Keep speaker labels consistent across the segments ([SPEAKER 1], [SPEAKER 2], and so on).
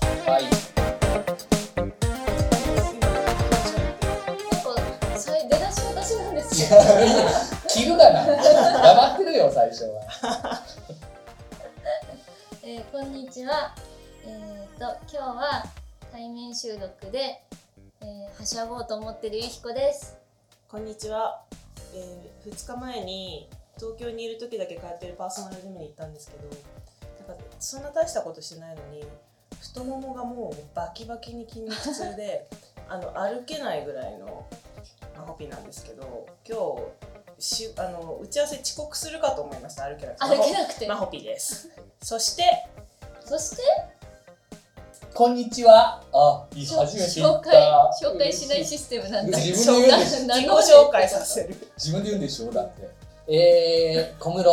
[SPEAKER 1] はい
[SPEAKER 2] 最出だし私なんですよ。
[SPEAKER 1] 切るがな黙ってるよ最初は
[SPEAKER 2] えー、こんにちは。えー、と今日は対面収録で、えー、はしゃごうと思ってるゆひこです。
[SPEAKER 3] こんにちは、えー、2日前に東京にいる時だけ通ってるパーソナルジムに行ったんですけどなんかそんな大したことしてないのに太ももがもうバキバキに筋肉痛で あの歩けないぐらいのアホピなんですけど今日しあの打ち合わせ遅刻するかと思いました歩けなくて
[SPEAKER 2] 歩けなくて
[SPEAKER 3] マ。ホピです そして
[SPEAKER 2] そして
[SPEAKER 1] こんにちはあいい
[SPEAKER 2] 紹
[SPEAKER 1] 初めて言
[SPEAKER 2] 紹
[SPEAKER 1] った
[SPEAKER 2] 介紹介しないシステムなんだ。
[SPEAKER 1] 自分で言うんでしょ
[SPEAKER 3] 自己紹介させる
[SPEAKER 1] 自分で言うんでしょだってえー、小室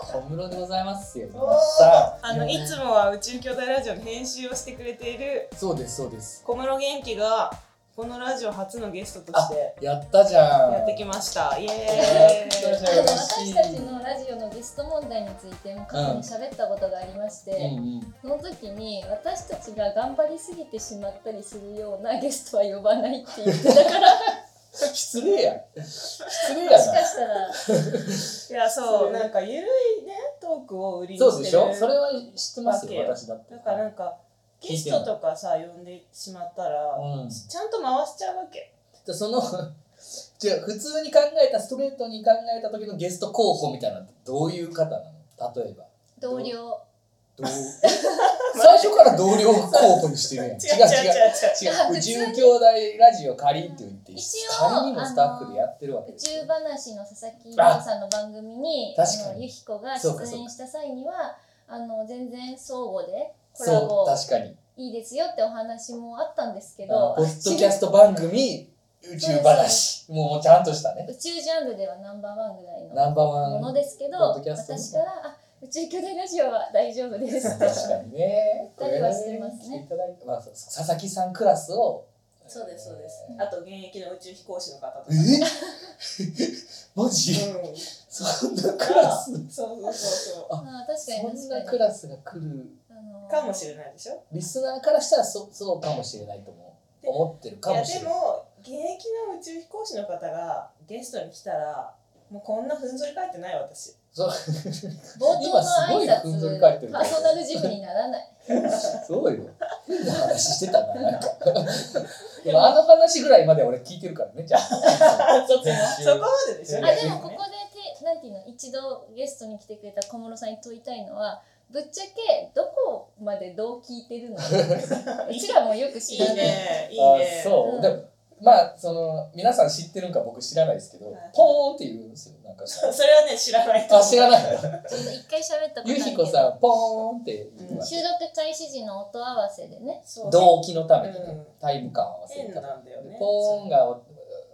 [SPEAKER 1] 小室でござざいますよ
[SPEAKER 3] おー
[SPEAKER 1] さ
[SPEAKER 3] あのいつもは宇宙兄弟ラジオの編集をしてくれている
[SPEAKER 1] そうですそうです
[SPEAKER 3] 小室元気がこのラジオ初のゲストとして
[SPEAKER 1] やったじゃん
[SPEAKER 3] やってきました。イ
[SPEAKER 1] や
[SPEAKER 3] エ
[SPEAKER 1] った
[SPEAKER 3] ーイ。
[SPEAKER 2] あの
[SPEAKER 1] じゃん
[SPEAKER 2] 私たちのラジオのゲスト問題についても過去に喋ったことがありまして、
[SPEAKER 1] うんうん
[SPEAKER 2] その時に私たちが頑張りすぎてしまったりするようなゲストは呼ばないって言ってたから
[SPEAKER 1] 失礼や失礼
[SPEAKER 2] も
[SPEAKER 1] や
[SPEAKER 2] しか
[SPEAKER 1] な
[SPEAKER 2] したら
[SPEAKER 3] いやそうなんかゆるいねトークを売りにしてる。
[SPEAKER 1] そうでしょそれは知ってますよ
[SPEAKER 3] わけよ
[SPEAKER 1] 私だって
[SPEAKER 3] だからなんかゲストとかさ呼んでしまったら、
[SPEAKER 1] うん
[SPEAKER 3] ちゃんと回しちゃうわけ。
[SPEAKER 1] でその 違う普通に考えたストレートに考えた時のゲスト候補みたいなのってどういう方なの例えば
[SPEAKER 2] 同僚
[SPEAKER 1] どう最初から同僚候補にして るやん違う
[SPEAKER 3] 違う違う違う違
[SPEAKER 1] 違
[SPEAKER 2] 違
[SPEAKER 1] う
[SPEAKER 2] う
[SPEAKER 1] 違う宇宙兄弟ラジオ仮って言って
[SPEAKER 2] 一応
[SPEAKER 1] 仮にもスタッフでやってるわけ
[SPEAKER 2] 宇
[SPEAKER 1] ですよ
[SPEAKER 2] 宙話の佐々木亮さんの番組に
[SPEAKER 1] あ確かに
[SPEAKER 2] あのゆひこが出
[SPEAKER 1] そうかそう
[SPEAKER 2] 演
[SPEAKER 1] か
[SPEAKER 2] した際にはあの全然相互でコラ
[SPEAKER 1] そ
[SPEAKER 2] ボ
[SPEAKER 1] う確かに
[SPEAKER 2] いいですよってお話もあったんですけ
[SPEAKER 1] あ
[SPEAKER 2] ど
[SPEAKER 1] ポッドキャスト番組宇宙話もうちゃんとしたね
[SPEAKER 2] 宇宙ジャンルではナンバーワンぐらいの
[SPEAKER 1] ナンバー
[SPEAKER 2] も
[SPEAKER 1] ワ
[SPEAKER 2] の
[SPEAKER 1] ン
[SPEAKER 2] ですけど、
[SPEAKER 1] ポッドキャスト
[SPEAKER 2] 私から「あ宇宙兄弟ラジオは大丈夫です」って
[SPEAKER 1] 確かにね
[SPEAKER 2] 二人はしてますね
[SPEAKER 1] これ来ていただいてまあそう佐々木さんクラスを
[SPEAKER 3] そうですそうです
[SPEAKER 1] え。ー
[SPEAKER 3] あと現役の宇宙飛行士の方とか。
[SPEAKER 1] え マジ、
[SPEAKER 3] うん。
[SPEAKER 1] そんなクラス
[SPEAKER 3] そうそうそう
[SPEAKER 2] あ確かに
[SPEAKER 1] そん
[SPEAKER 2] 確か
[SPEAKER 1] な
[SPEAKER 2] に
[SPEAKER 1] クラスが来る
[SPEAKER 2] あの
[SPEAKER 3] そう。かもしれないでしょ。
[SPEAKER 1] リスナーからしたらそそうかもしれないと思う
[SPEAKER 3] で
[SPEAKER 1] 思ってる
[SPEAKER 3] い
[SPEAKER 1] か
[SPEAKER 3] や
[SPEAKER 1] もし
[SPEAKER 3] で
[SPEAKER 1] れない
[SPEAKER 3] も現役の宇宙飛行士の方がゲストに来たらもうこんなふんぞり返ってない私
[SPEAKER 1] そう
[SPEAKER 2] 冒頭
[SPEAKER 1] 今すごい踏ん
[SPEAKER 2] の
[SPEAKER 1] ぞ
[SPEAKER 2] 挨
[SPEAKER 1] り返って
[SPEAKER 2] 拶
[SPEAKER 1] る
[SPEAKER 2] パーソナルジムにならない
[SPEAKER 1] そうよ変な話してたな なんかでもあの話ぐらいまで俺聞いてるからねじゃあ
[SPEAKER 3] そこ
[SPEAKER 1] 全集
[SPEAKER 3] そこまででしょ
[SPEAKER 1] う
[SPEAKER 2] あ
[SPEAKER 1] ん
[SPEAKER 2] でもここでてなんていうの一度ゲストに来てくれた小室さんに問いたいのはぶっちゃけどこまでどう聞 いてるのうちらもよく
[SPEAKER 3] い
[SPEAKER 2] 知
[SPEAKER 3] い
[SPEAKER 2] らない
[SPEAKER 3] ねいい
[SPEAKER 1] あ
[SPEAKER 3] ね
[SPEAKER 1] そう、
[SPEAKER 2] うん
[SPEAKER 1] でもまあその皆さん知ってるんか僕知らないですけど、
[SPEAKER 3] はい
[SPEAKER 1] ポーンって言うんですよなんかさ
[SPEAKER 3] それはね知らないと
[SPEAKER 1] あ
[SPEAKER 3] 思う
[SPEAKER 1] 知らないの
[SPEAKER 2] ちょっと一回喋ったことある
[SPEAKER 1] ゆ
[SPEAKER 2] けど
[SPEAKER 1] ひこさんポーンって言ってま
[SPEAKER 2] 収
[SPEAKER 1] す、
[SPEAKER 2] 録開始時の音合わせでね
[SPEAKER 3] そう
[SPEAKER 1] 動機のためにね、
[SPEAKER 3] うん
[SPEAKER 1] タイム感を合わせる
[SPEAKER 3] 変
[SPEAKER 1] ため
[SPEAKER 3] なんだよね
[SPEAKER 1] ポーンがお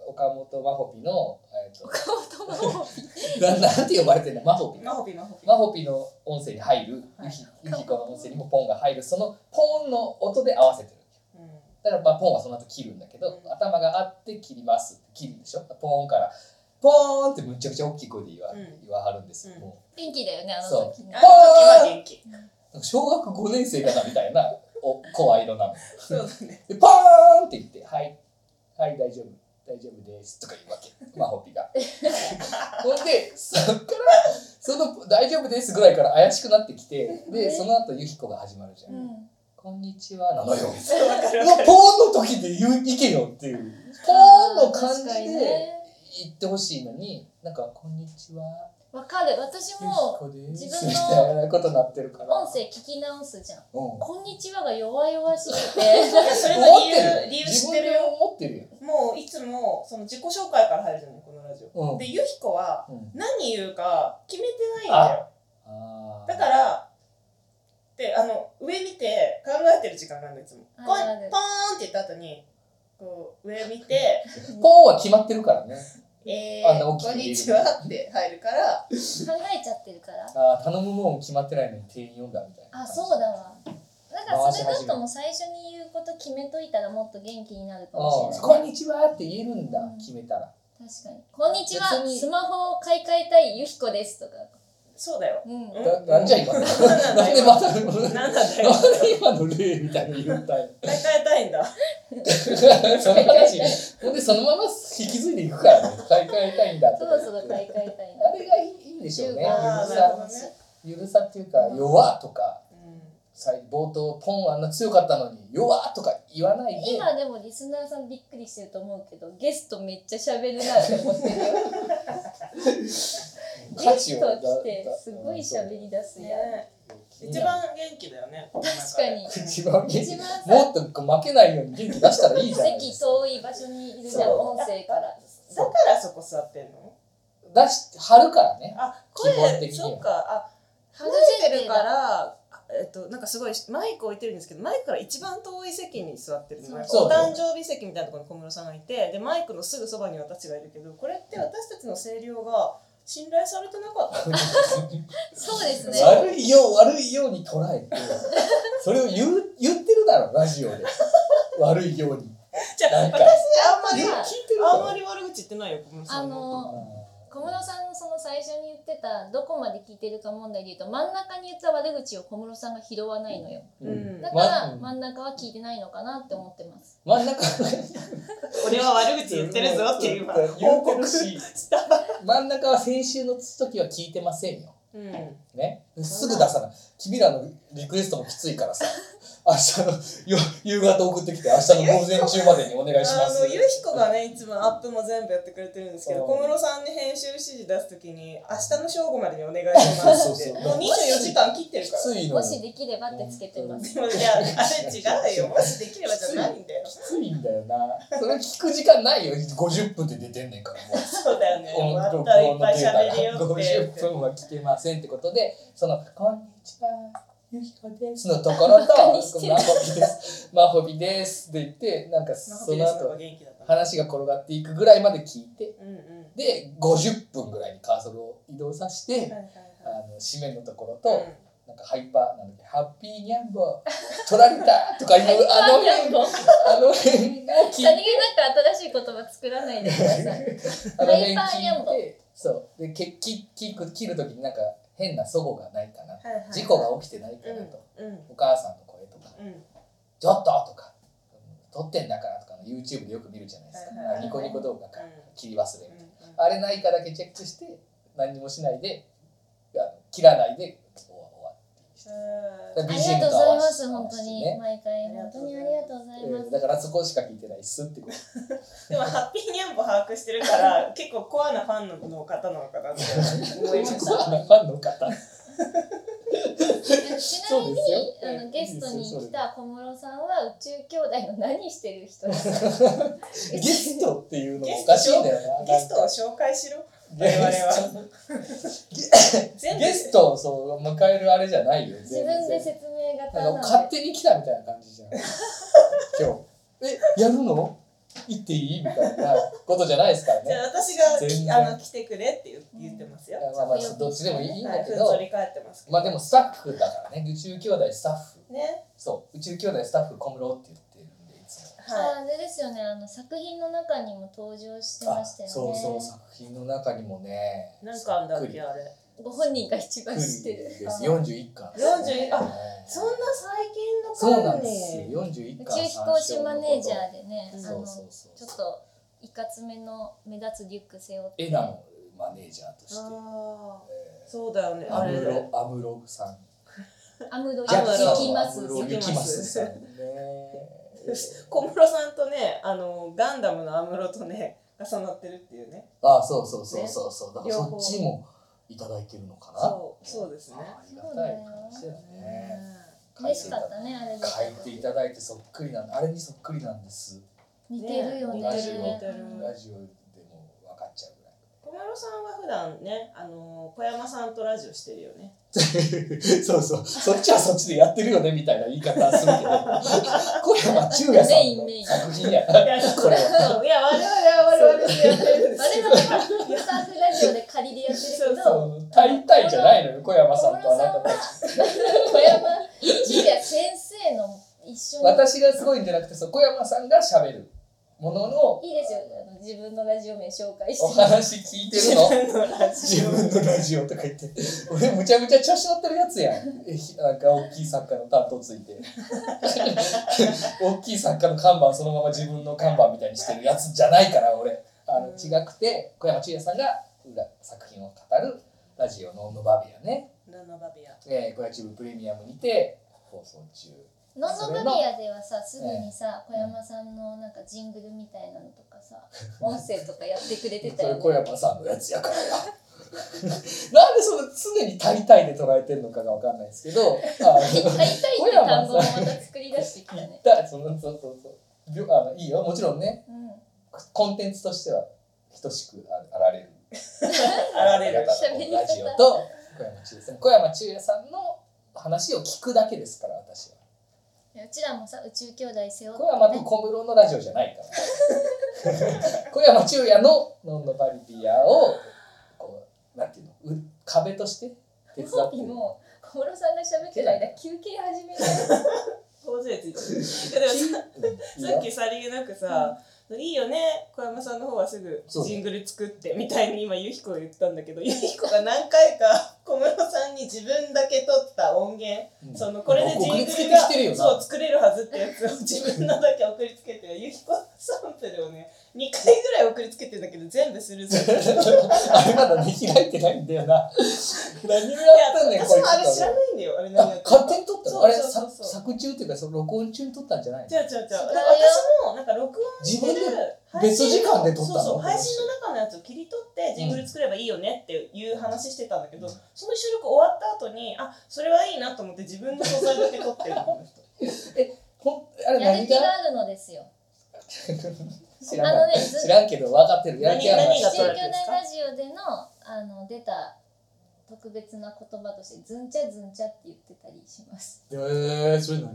[SPEAKER 1] 岡本真帆ピの、えーと
[SPEAKER 2] 顔とも
[SPEAKER 1] ななんて呼ばれてるのマホピ
[SPEAKER 3] マホピマホピ
[SPEAKER 1] マホピの音声に入る
[SPEAKER 3] はい
[SPEAKER 1] ユヒユヒコの音声にもポンが入るそのポンの音で合わせてる
[SPEAKER 3] うん
[SPEAKER 1] だからまあポンはその後切るんだけど
[SPEAKER 3] うん
[SPEAKER 1] 頭があって切ります切るでしょポンからポーンってむちゃくちゃ大きい声で言わ,、
[SPEAKER 3] うん
[SPEAKER 1] 言わはるんですよ、
[SPEAKER 3] うん
[SPEAKER 1] も
[SPEAKER 2] 元気だよねあの時ね
[SPEAKER 3] あの時は元気
[SPEAKER 1] うなんか小学5年生かなみたいなお声色なの
[SPEAKER 3] そうだね
[SPEAKER 1] でポーンって言って「はいはい大丈夫大丈夫です」とか言うわ けマホピがほんでそっからその「大丈夫です」ぐらいから怪しくなってきてでその後ユキコが始まるじゃん「
[SPEAKER 2] うん
[SPEAKER 1] こんにちは」なのよもう
[SPEAKER 3] そうわかるわかる
[SPEAKER 1] ポーンの時で言ういけよっていうポーンの感じ
[SPEAKER 2] 確かに
[SPEAKER 1] で
[SPEAKER 2] ね
[SPEAKER 1] 言ってほしいのになんか「こんにちは
[SPEAKER 2] わかる私
[SPEAKER 1] ユキ
[SPEAKER 2] も
[SPEAKER 1] コです」
[SPEAKER 2] 自分の
[SPEAKER 1] みたいなことになってるから
[SPEAKER 2] 音声聞き直すじゃん「
[SPEAKER 1] うん
[SPEAKER 2] こんにちは」が弱々しくて
[SPEAKER 3] いやそれの理由理由知ってるよ
[SPEAKER 1] 思ってるよ
[SPEAKER 3] もういつもその自己紹介から入るじゃないこのラジ
[SPEAKER 1] う
[SPEAKER 3] オ
[SPEAKER 1] ん
[SPEAKER 3] でユヒコは
[SPEAKER 1] うん
[SPEAKER 3] 何言うか決めてないんだよ
[SPEAKER 1] あー
[SPEAKER 3] だから、で、あの、上見て考えてる時間なんだいつも。
[SPEAKER 2] あ
[SPEAKER 3] こ
[SPEAKER 2] る
[SPEAKER 3] ん
[SPEAKER 2] あ
[SPEAKER 3] ポーン
[SPEAKER 2] る
[SPEAKER 3] って言った後に、こう、上見て、
[SPEAKER 1] ポーンは決まってるからね。
[SPEAKER 3] え
[SPEAKER 1] あん
[SPEAKER 3] ー、
[SPEAKER 1] な大きい
[SPEAKER 3] こんにちはって入るから、
[SPEAKER 2] 考えちゃってるから
[SPEAKER 1] あー頼むもん決まってないのに店員呼んだみたいな。
[SPEAKER 2] あそう
[SPEAKER 1] だ。
[SPEAKER 2] だわだからそれだともう最初に言うこと決めといたらもっと元気になるかもしれ
[SPEAKER 1] こ
[SPEAKER 2] ない
[SPEAKER 1] んにちはって言えるんだ、
[SPEAKER 2] うん
[SPEAKER 1] 決めたら。
[SPEAKER 2] 確かに「こんにちは
[SPEAKER 1] 別に
[SPEAKER 2] スマホを買い替えたいゆひこです」とか
[SPEAKER 3] そうだよ。
[SPEAKER 2] うん
[SPEAKER 3] う
[SPEAKER 1] ななんじゃ今のなんでまたなん
[SPEAKER 3] なん
[SPEAKER 1] で
[SPEAKER 3] なんだよ。
[SPEAKER 1] 今の例みたいに言った ん
[SPEAKER 3] 大会たいんだ。
[SPEAKER 1] その話ほんでそのまま引き継いでいくからね買い替えたいんだって
[SPEAKER 2] そろそろ買い替えたいな
[SPEAKER 1] あれがいいんでしょうねゆる
[SPEAKER 2] あー
[SPEAKER 3] なるほ
[SPEAKER 1] さ
[SPEAKER 3] どね
[SPEAKER 1] ゆるさっていうか弱とか
[SPEAKER 3] う
[SPEAKER 1] さ冒頭ポンあんな強かったのに弱とか言わないで
[SPEAKER 2] 今でもリスナーさんびっくりしてると思うけどゲストめっちゃ喋るなって 思ってるよゲスト来てすごい喋り出す
[SPEAKER 3] ん
[SPEAKER 2] やん、
[SPEAKER 3] ね
[SPEAKER 1] うん
[SPEAKER 3] 一番元気だよね。確
[SPEAKER 2] 確か。に
[SPEAKER 1] 一番元気
[SPEAKER 2] 一番さ
[SPEAKER 1] もっとこう負けないように元気出したらいいじゃないで
[SPEAKER 2] 席
[SPEAKER 1] すか
[SPEAKER 2] 遠い場所にいるじゃん
[SPEAKER 1] そう
[SPEAKER 2] 音声から
[SPEAKER 3] だからそこ座ってんの？
[SPEAKER 1] 出して張るからね
[SPEAKER 3] あ、
[SPEAKER 1] 基本的
[SPEAKER 3] 声
[SPEAKER 1] には
[SPEAKER 3] そっか。あ、離れてるから。あえっと、なんかすごいマイク置いてるんですけどマイクから一番遠い席に座ってるのなんか
[SPEAKER 1] そう
[SPEAKER 3] お誕生日席みたいなところに小室さんがいてでマイクのすぐそばに私がいるけどこれって私たちの声量が信頼されてなかった
[SPEAKER 2] そうですね
[SPEAKER 1] 悪いよう悪いように捉えてそれを言う言ってるだろラジオで悪いように
[SPEAKER 3] じゃあ
[SPEAKER 1] なん
[SPEAKER 3] 私
[SPEAKER 1] か
[SPEAKER 3] あんま
[SPEAKER 1] 聞い
[SPEAKER 3] り
[SPEAKER 1] てる
[SPEAKER 3] あんま
[SPEAKER 1] り
[SPEAKER 3] り悪口言ってないよ小室さ
[SPEAKER 2] あ
[SPEAKER 3] んのこと
[SPEAKER 2] の小室さんのその最初に言ってたどこまで聞いてるか問題で言うと真ん中に言った悪口を小室さんが拾わないのよ
[SPEAKER 3] うん
[SPEAKER 2] だから
[SPEAKER 1] ま
[SPEAKER 2] 真ん中は聞いてないのかなって思ってます
[SPEAKER 1] 真ん中
[SPEAKER 3] 俺は悪口言ってるぞっていう
[SPEAKER 1] 言ってる
[SPEAKER 3] 報告
[SPEAKER 1] し
[SPEAKER 3] した。
[SPEAKER 1] 真ん中は先週の時は聞いてませんよ
[SPEAKER 3] うん。
[SPEAKER 1] ね、すぐ出さない君らのリクエストもきついから さ明日のよ夕方送ってきて明日の午前中までにお願いしま
[SPEAKER 3] あ
[SPEAKER 1] す
[SPEAKER 3] のゆひこがねいつもアップも全部やってくれてるんですけど
[SPEAKER 1] うん
[SPEAKER 3] 小室さんに編集指示出すときに明日の正午までにお願いします
[SPEAKER 1] そ
[SPEAKER 3] って
[SPEAKER 1] うそうそう
[SPEAKER 3] もう24時間切ってる
[SPEAKER 1] き
[SPEAKER 3] から
[SPEAKER 1] ついの
[SPEAKER 2] も
[SPEAKER 1] よ
[SPEAKER 2] しできればってつけてます
[SPEAKER 3] でもいやあれ違うよもしできればじゃないんだよ
[SPEAKER 1] きついんだよなそれ聞く時間ないよ50分で出てんねんからもう
[SPEAKER 3] そうだよね
[SPEAKER 1] 音
[SPEAKER 3] ま
[SPEAKER 1] 録音
[SPEAKER 3] たいっぱい
[SPEAKER 1] の
[SPEAKER 3] 喋
[SPEAKER 1] デ
[SPEAKER 3] れ
[SPEAKER 1] ー
[SPEAKER 3] よ
[SPEAKER 1] タ
[SPEAKER 3] っ
[SPEAKER 1] が50
[SPEAKER 3] て
[SPEAKER 1] 分は聞けませんってことでその「こんにちはゆひこ です」のところと
[SPEAKER 2] バカにして
[SPEAKER 1] 「
[SPEAKER 2] る
[SPEAKER 1] まほびです」「まほびです」って言ってなんか
[SPEAKER 3] まあ
[SPEAKER 1] そ
[SPEAKER 3] ホビ
[SPEAKER 1] の
[SPEAKER 3] レスの方が
[SPEAKER 1] 後
[SPEAKER 3] 元気だったな
[SPEAKER 1] 話が転がっていくぐらいまで聞いて
[SPEAKER 3] うんうんは
[SPEAKER 1] で50分ぐらいにカーソルを移動させ
[SPEAKER 3] い
[SPEAKER 1] て
[SPEAKER 3] はい
[SPEAKER 1] あの締めのところ
[SPEAKER 3] はい
[SPEAKER 1] となんかハイパーなんだっけ「ハッピーニャンボ取られた!」とかいうあの辺
[SPEAKER 2] さ
[SPEAKER 1] あの辺を聞
[SPEAKER 2] り
[SPEAKER 1] い
[SPEAKER 2] げな
[SPEAKER 1] て
[SPEAKER 2] く新しい言葉作らないでください
[SPEAKER 1] あの辺
[SPEAKER 2] ハイパーニャ
[SPEAKER 1] 聞
[SPEAKER 2] ン
[SPEAKER 1] い
[SPEAKER 2] ボ
[SPEAKER 1] て、そう、で、け、き、き、切るときになんか変な齟齬がないかな。
[SPEAKER 3] はいはい
[SPEAKER 1] 事故が起きてないかなと、
[SPEAKER 3] うんうん
[SPEAKER 1] お母さんの声とか、
[SPEAKER 3] うん
[SPEAKER 1] ちょっととか。撮ってんだからとかの YouTube でよく見るじゃないですか、
[SPEAKER 3] はいはいはい
[SPEAKER 1] あニコニコ動画から
[SPEAKER 3] うん
[SPEAKER 1] 切り忘れる、
[SPEAKER 3] うん
[SPEAKER 1] あれないかだけチェックして何にもしないであの切らないで終わ終わ
[SPEAKER 3] うん
[SPEAKER 2] あ
[SPEAKER 1] り
[SPEAKER 2] り
[SPEAKER 1] にして
[SPEAKER 2] がとうございます本当に、
[SPEAKER 1] ね
[SPEAKER 2] 毎回本当にありがとうございま
[SPEAKER 1] えー
[SPEAKER 2] す、
[SPEAKER 1] だからそこしか聞いてないっすってこと
[SPEAKER 3] でもハッピーニャンボ把握して るから結構コアなファンの方なのかなって思い まし
[SPEAKER 1] コ
[SPEAKER 3] た。
[SPEAKER 1] アなファンの方
[SPEAKER 2] えちなみ
[SPEAKER 1] そう
[SPEAKER 2] に
[SPEAKER 1] ですよ
[SPEAKER 2] あのゲストに来た小室さんは宇宙兄弟の何してる人ですか
[SPEAKER 1] ゲストっていうのもおかしいんだよな
[SPEAKER 3] ゲストを紹介しろ。
[SPEAKER 1] ゲスト
[SPEAKER 3] 我々全部
[SPEAKER 1] ゲストをそう迎えるあれじゃないよ。
[SPEAKER 2] 自分で説明型
[SPEAKER 1] な
[SPEAKER 2] なんの
[SPEAKER 1] か
[SPEAKER 2] で
[SPEAKER 1] 勝手に来たみたいな感じじゃ ん。今日。え、やるの行っていいみたいなことじゃないですから
[SPEAKER 3] じゃ
[SPEAKER 1] ね。
[SPEAKER 3] あ私が
[SPEAKER 1] 全
[SPEAKER 3] き
[SPEAKER 1] 然
[SPEAKER 3] あの来てくれって言う言ってますよ。
[SPEAKER 1] まあまあ、どっちでもいいん
[SPEAKER 3] は
[SPEAKER 1] だ
[SPEAKER 3] い、
[SPEAKER 1] け
[SPEAKER 3] ふ
[SPEAKER 1] ど
[SPEAKER 3] と、り返ってますけど。
[SPEAKER 1] まあでもスタッフだからね、宇宙兄弟スタッフ。
[SPEAKER 3] ね、
[SPEAKER 1] そう、宇宙兄弟スタッフ小室って言ってるんで、いつも。
[SPEAKER 3] は
[SPEAKER 2] あれですよねあの作品の中にも登場してま
[SPEAKER 1] あ
[SPEAKER 2] したよね
[SPEAKER 1] そうそう、作品の中にもね、
[SPEAKER 3] い。なんかあんだっけあれ。
[SPEAKER 2] ご本人が一番知ってる
[SPEAKER 1] です。41巻。
[SPEAKER 3] 41あ
[SPEAKER 1] ね
[SPEAKER 3] そんな最近の
[SPEAKER 1] そう
[SPEAKER 3] 頃
[SPEAKER 1] なんで
[SPEAKER 3] に。
[SPEAKER 1] すよ。41
[SPEAKER 2] 宇
[SPEAKER 1] 巻。
[SPEAKER 2] 宙飛行士マネージャーでね
[SPEAKER 3] うん
[SPEAKER 2] あ
[SPEAKER 1] そ
[SPEAKER 2] の
[SPEAKER 1] う
[SPEAKER 2] ち
[SPEAKER 1] そ
[SPEAKER 2] ょ
[SPEAKER 1] うそう
[SPEAKER 2] っといかつめの目立つリュック背負って
[SPEAKER 1] エナのマネージャーとして、
[SPEAKER 3] ああ、
[SPEAKER 1] え
[SPEAKER 3] そうだよね。
[SPEAKER 1] ー
[SPEAKER 3] あ
[SPEAKER 1] ア
[SPEAKER 3] れ
[SPEAKER 1] ム
[SPEAKER 3] だよ
[SPEAKER 1] ロアムロさん、
[SPEAKER 2] アムロ
[SPEAKER 3] ジャクソン
[SPEAKER 2] 行きます
[SPEAKER 1] アムロ
[SPEAKER 3] 行
[SPEAKER 1] ユ
[SPEAKER 3] き
[SPEAKER 1] キ
[SPEAKER 3] ま
[SPEAKER 1] マ
[SPEAKER 3] す
[SPEAKER 1] スさ んね。
[SPEAKER 3] 小室さんとね、あのガンダムのアムロとね、重なってるっていうね。
[SPEAKER 1] あ、そうそうそうそうそう。だから
[SPEAKER 3] 両
[SPEAKER 1] そ
[SPEAKER 3] 方
[SPEAKER 1] っちもいただいてるのかな。
[SPEAKER 3] そう、そうですね。
[SPEAKER 1] あありがたい話だよね。
[SPEAKER 2] 嬉しかったねあれで
[SPEAKER 1] 書いていただいてそっくりなんあれにそっくりなんです。
[SPEAKER 2] 似てるよね
[SPEAKER 1] ラジオ
[SPEAKER 2] うん
[SPEAKER 1] ラジオでも分かっちゃうぐらい。
[SPEAKER 3] 小室さんは普段ね、あの小山さんとラジオしてるよね。
[SPEAKER 1] そうそう、そっちはそっちでやってるよねみたいな言い方するけど、 小山中也さ
[SPEAKER 2] メインメイ
[SPEAKER 1] ん
[SPEAKER 2] ン
[SPEAKER 1] の作品や。
[SPEAKER 3] いや、 そういや、我々は我々でやってるんです
[SPEAKER 2] 我
[SPEAKER 3] け
[SPEAKER 2] 々
[SPEAKER 3] ど。
[SPEAKER 2] はスタッフラジオで借りでやってるけど
[SPEAKER 1] そう大体じゃないのよ、小山さんとあなたたち。
[SPEAKER 2] 小山ジュリア先生の一緒に
[SPEAKER 1] 私がすごいんじゃなくて、そう小山さんが喋るものの
[SPEAKER 2] いいですよあの自分のラジオ名紹介
[SPEAKER 1] お
[SPEAKER 2] して
[SPEAKER 1] 話聞いてるの
[SPEAKER 3] 自分のラジ
[SPEAKER 1] 自
[SPEAKER 3] オ
[SPEAKER 1] 分のラジオとか言って俺むちゃむちゃ調子乗ってるやつやんえなんか大きい作家の担当ついて大きい作家の看板そのまま自分の看板みたいにしてるやつじゃないから俺あの
[SPEAKER 3] うん
[SPEAKER 1] 違くて小山千恵さんが裏作品を語るラジオの「ノバビアね」
[SPEAKER 3] ラノバビア
[SPEAKER 1] えー、小屋チューブプレミアムにて放送中
[SPEAKER 2] ノンノブリアではさすぐにさ小山さんのなんかジングルみたいなのとかさ音声とかやってくれてた
[SPEAKER 1] そ
[SPEAKER 2] よ
[SPEAKER 1] れ
[SPEAKER 2] ね
[SPEAKER 1] 小山さんのやつやから やなんでその常に大体で捉えてるのかが分かんないですけどあの
[SPEAKER 2] 買いたいって単語もまた作り出してきた
[SPEAKER 1] 言っ
[SPEAKER 2] ね。
[SPEAKER 1] たそのそうそうそうびょあのいいよもちろんね
[SPEAKER 2] うん。
[SPEAKER 1] コンテンツとしては等しくあられる
[SPEAKER 3] あられる
[SPEAKER 1] 方のラジオと小山千恵さん小山千恵さんの話を聞くだけですから私は
[SPEAKER 2] うちらもさ宇宙兄弟背負って、
[SPEAKER 1] 小山と
[SPEAKER 2] ね、
[SPEAKER 1] 小室のラジオじゃないから 小山千恵の「ノンノバリビアを」こうなんていうのう壁として手伝って
[SPEAKER 2] 日も小室さんが喋ってる間休憩始めた。
[SPEAKER 3] 大勢ついてるいやでもさ
[SPEAKER 1] うんいい
[SPEAKER 3] さ
[SPEAKER 1] よ
[SPEAKER 3] っきさりげなくさ、いいよね小山さんの方はすぐ
[SPEAKER 1] そうね
[SPEAKER 3] ジングル作ってみたいに今ゆひこが言ったんだけどゆひこが何回か小室さんに自分だけ取った音源、
[SPEAKER 1] うん
[SPEAKER 3] そのこれでジング
[SPEAKER 1] 送りつけ
[SPEAKER 3] ル
[SPEAKER 1] てきてるよ
[SPEAKER 3] が
[SPEAKER 1] な
[SPEAKER 3] そう作れるはずってやつを自分のだけ送りつけて ゆひこサンプルをね2回ぐらい送りつけてんだけど全部する ぞいや
[SPEAKER 1] あれまだ見開いてないんだよな何をやったんだよ
[SPEAKER 3] 私もあれ
[SPEAKER 1] と
[SPEAKER 3] 知らないんだよあれ何や
[SPEAKER 1] あ
[SPEAKER 3] ったの
[SPEAKER 1] 勝手に撮った
[SPEAKER 3] そ
[SPEAKER 1] の
[SPEAKER 3] う
[SPEAKER 1] あれ
[SPEAKER 3] そうそう
[SPEAKER 1] さ作中というかその録音中に撮ったんじゃない
[SPEAKER 3] 違う
[SPEAKER 1] の
[SPEAKER 3] 違う違う。だから
[SPEAKER 2] 違うよ
[SPEAKER 3] 私もなんか録音してる
[SPEAKER 1] 自分で
[SPEAKER 3] 配信
[SPEAKER 1] 別
[SPEAKER 3] の
[SPEAKER 1] 時間で撮ったの
[SPEAKER 3] そうそう配信の中のやつを切り取ってジングル作ればいいよねっていう話してたんだけど、
[SPEAKER 1] うん
[SPEAKER 3] その収録終わった後にあそれはいいなと思って自分の素材だけ撮ってるこの人
[SPEAKER 1] ほんあれ
[SPEAKER 2] やる
[SPEAKER 1] 何
[SPEAKER 2] 気が
[SPEAKER 1] が
[SPEAKER 2] あるのですよ。
[SPEAKER 1] 知
[SPEAKER 2] あ
[SPEAKER 1] ら
[SPEAKER 2] の
[SPEAKER 1] ない
[SPEAKER 2] ね、ず
[SPEAKER 1] 知
[SPEAKER 2] 宇宙
[SPEAKER 1] らんけど分かってるやる気ある
[SPEAKER 3] 何が
[SPEAKER 2] 兄
[SPEAKER 3] 撮ら
[SPEAKER 2] 弟
[SPEAKER 3] れてるんですか
[SPEAKER 2] ラジオでのあの出た特別な言葉としてズンチャズンチャって言ってたりします。
[SPEAKER 1] えー、それ何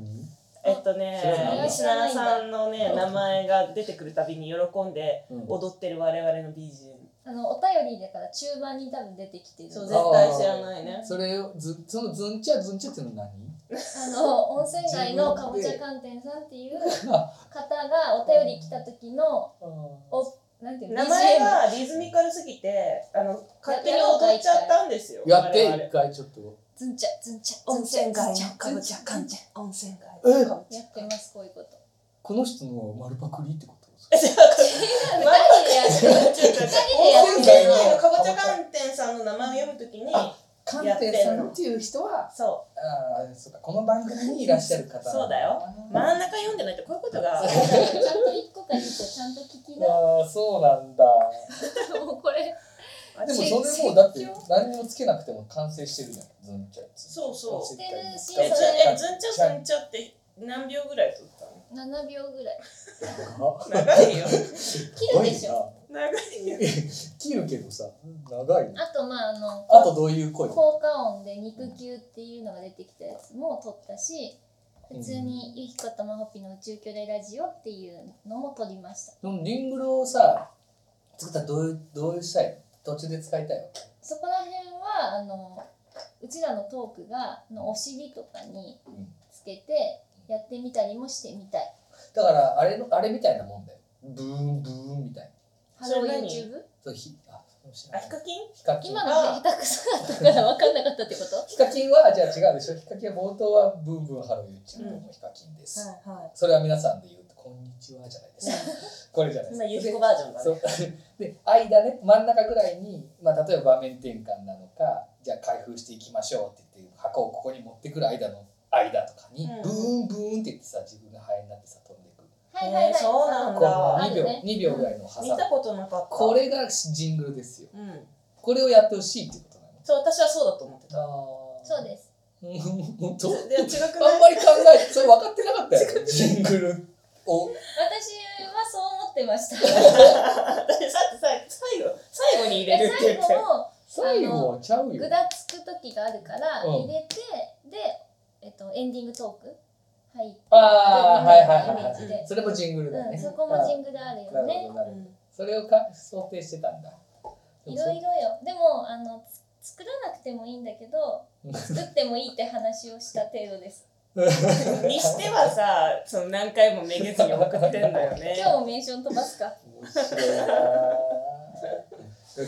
[SPEAKER 3] えっと
[SPEAKER 1] それは何
[SPEAKER 3] ね
[SPEAKER 1] だ
[SPEAKER 3] 石原さんのね名前が出てくるたびに喜んで
[SPEAKER 1] うん
[SPEAKER 3] 踊ってる我々の BGM
[SPEAKER 2] あのお便りだから中盤に多分出てきてる。
[SPEAKER 3] そう
[SPEAKER 1] だ
[SPEAKER 3] 絶対知らないね
[SPEAKER 1] それをずそのズンチャズンチャっていうのは
[SPEAKER 2] あの温泉街のかぼちゃ寒天さんっていう方がお便り来た時の
[SPEAKER 1] 何
[SPEAKER 2] おなんていうの
[SPEAKER 3] 名前
[SPEAKER 2] BGM
[SPEAKER 3] がリズミカルすぎてあの勝手に踊っちゃったんですよ
[SPEAKER 1] やっ
[SPEAKER 3] 我々
[SPEAKER 1] て一回ちょっと
[SPEAKER 2] ズンチャズンチャ
[SPEAKER 3] 温泉街のかぼちゃ寒天温泉街のかぼちゃ
[SPEAKER 2] やってますこういうこと。
[SPEAKER 1] この人の丸パクリってことですか
[SPEAKER 2] 二人でやってる。
[SPEAKER 3] 違う違う違う温泉街のかぼちゃ寒天さんの名前を読むときに
[SPEAKER 1] あ
[SPEAKER 3] ん
[SPEAKER 1] カンテさんっていう人は
[SPEAKER 3] そ
[SPEAKER 1] ああそうかこの番組にいらっしゃる方
[SPEAKER 3] そうだよう
[SPEAKER 1] あ
[SPEAKER 3] 真ん中読んでないとこういうことが
[SPEAKER 2] ちゃんと一個か二個ちゃんと聞きな。
[SPEAKER 1] あーそうなんだ
[SPEAKER 2] もうこれ
[SPEAKER 1] でもそれもうだって何もつけなくても完成してるじゃんズンチャ
[SPEAKER 3] そうそう
[SPEAKER 1] 絶対に
[SPEAKER 2] して
[SPEAKER 3] え
[SPEAKER 2] る
[SPEAKER 3] ず
[SPEAKER 2] し
[SPEAKER 3] えずんちゃずんちゃって何秒ぐらい撮ったの
[SPEAKER 2] 七秒ぐらい
[SPEAKER 3] 長いよ
[SPEAKER 2] 切るでしょ。
[SPEAKER 3] 長いよ
[SPEAKER 1] 切るけどさ長いね
[SPEAKER 2] あとまああの
[SPEAKER 1] あとどういう声
[SPEAKER 2] 効果音で肉球っていうのが出てきたやつも撮ったし。普通にゆひことまほぴの宇宙兄弟ラジオっていうのも撮りました。
[SPEAKER 1] そのリングルをさ作ったらどういうどういうしたいの途中で使いたいの
[SPEAKER 2] そこら辺はあのうちらのトークがのお尻とかにつけてやってみたりもしてみたい。
[SPEAKER 1] だからあれのあれみたいなもんだよブーンブーンみたいな
[SPEAKER 2] ハ
[SPEAKER 3] そ
[SPEAKER 2] ロ
[SPEAKER 3] れ
[SPEAKER 2] ー
[SPEAKER 3] 何
[SPEAKER 2] YouTube?
[SPEAKER 1] そうひあそう知
[SPEAKER 3] あ
[SPEAKER 1] らない
[SPEAKER 3] ヒカキン
[SPEAKER 1] ヒカキン
[SPEAKER 2] 今の下手くそだったから分かんなかったってこと
[SPEAKER 1] ヒカキンはじゃあ違うでしょヒカキンは冒頭はブンブンハロー YouTube のヒカキンです、
[SPEAKER 3] は
[SPEAKER 1] それは皆さんで言うと「こんにちは」じゃないですかこれじゃないです
[SPEAKER 3] 今
[SPEAKER 1] か
[SPEAKER 3] ゆきこバージョンだ
[SPEAKER 1] そ
[SPEAKER 3] ね
[SPEAKER 1] う で間ね真ん中ぐらいに、まあ、例えば場面転換なのかじゃあ開封していきましょうって言って箱をここに持ってくる間の間とかに、
[SPEAKER 3] うん
[SPEAKER 1] ブーンブーンって言ってさ自分がハエになってさ飛んでくる
[SPEAKER 2] はいはいはい。
[SPEAKER 3] えーそうなんだ
[SPEAKER 1] この
[SPEAKER 2] あ
[SPEAKER 1] 2
[SPEAKER 2] る
[SPEAKER 1] 秒,、
[SPEAKER 2] ね
[SPEAKER 1] 2秒ぐらいの挟み
[SPEAKER 3] 見たことなかった
[SPEAKER 1] これがジングルですよ
[SPEAKER 3] うん
[SPEAKER 1] これをやってほしいってことな
[SPEAKER 3] そう私はそうだと思ってた
[SPEAKER 1] のあ
[SPEAKER 2] そうです。
[SPEAKER 1] す本当
[SPEAKER 3] で違く
[SPEAKER 1] あん
[SPEAKER 3] な
[SPEAKER 1] ま
[SPEAKER 3] い
[SPEAKER 1] り考えてそれ分かってなかったよねジングルを
[SPEAKER 2] 私はそう思ってました。
[SPEAKER 3] 私ささ最後最後に入れ
[SPEAKER 2] で
[SPEAKER 3] るって言っ
[SPEAKER 2] 最後
[SPEAKER 3] て
[SPEAKER 2] も
[SPEAKER 1] 最後はちゃうよ
[SPEAKER 2] ぐだつく時があるから
[SPEAKER 1] うん
[SPEAKER 2] 入れて、で、えっと、エンディングトーク入って。
[SPEAKER 1] ああはいはいはい
[SPEAKER 2] イ
[SPEAKER 1] は
[SPEAKER 2] メー
[SPEAKER 1] い
[SPEAKER 2] ジ
[SPEAKER 1] それもジングル
[SPEAKER 2] で
[SPEAKER 1] だよ
[SPEAKER 2] う
[SPEAKER 1] ね
[SPEAKER 2] ん、そこもジングルある
[SPEAKER 1] な
[SPEAKER 2] よ
[SPEAKER 1] るほ
[SPEAKER 2] ね
[SPEAKER 1] ど。なる
[SPEAKER 3] う
[SPEAKER 1] ほど
[SPEAKER 3] ん
[SPEAKER 1] それをか想定してたんだ
[SPEAKER 2] いろいろよ。でも、あの、つ作らなくてもいいんだけど、作ってもいいって話をした程度です。
[SPEAKER 3] にしてはさその何回もめげずに送ってんだよね
[SPEAKER 2] 今日もメンション飛ばすか。
[SPEAKER 1] 面白いなぁ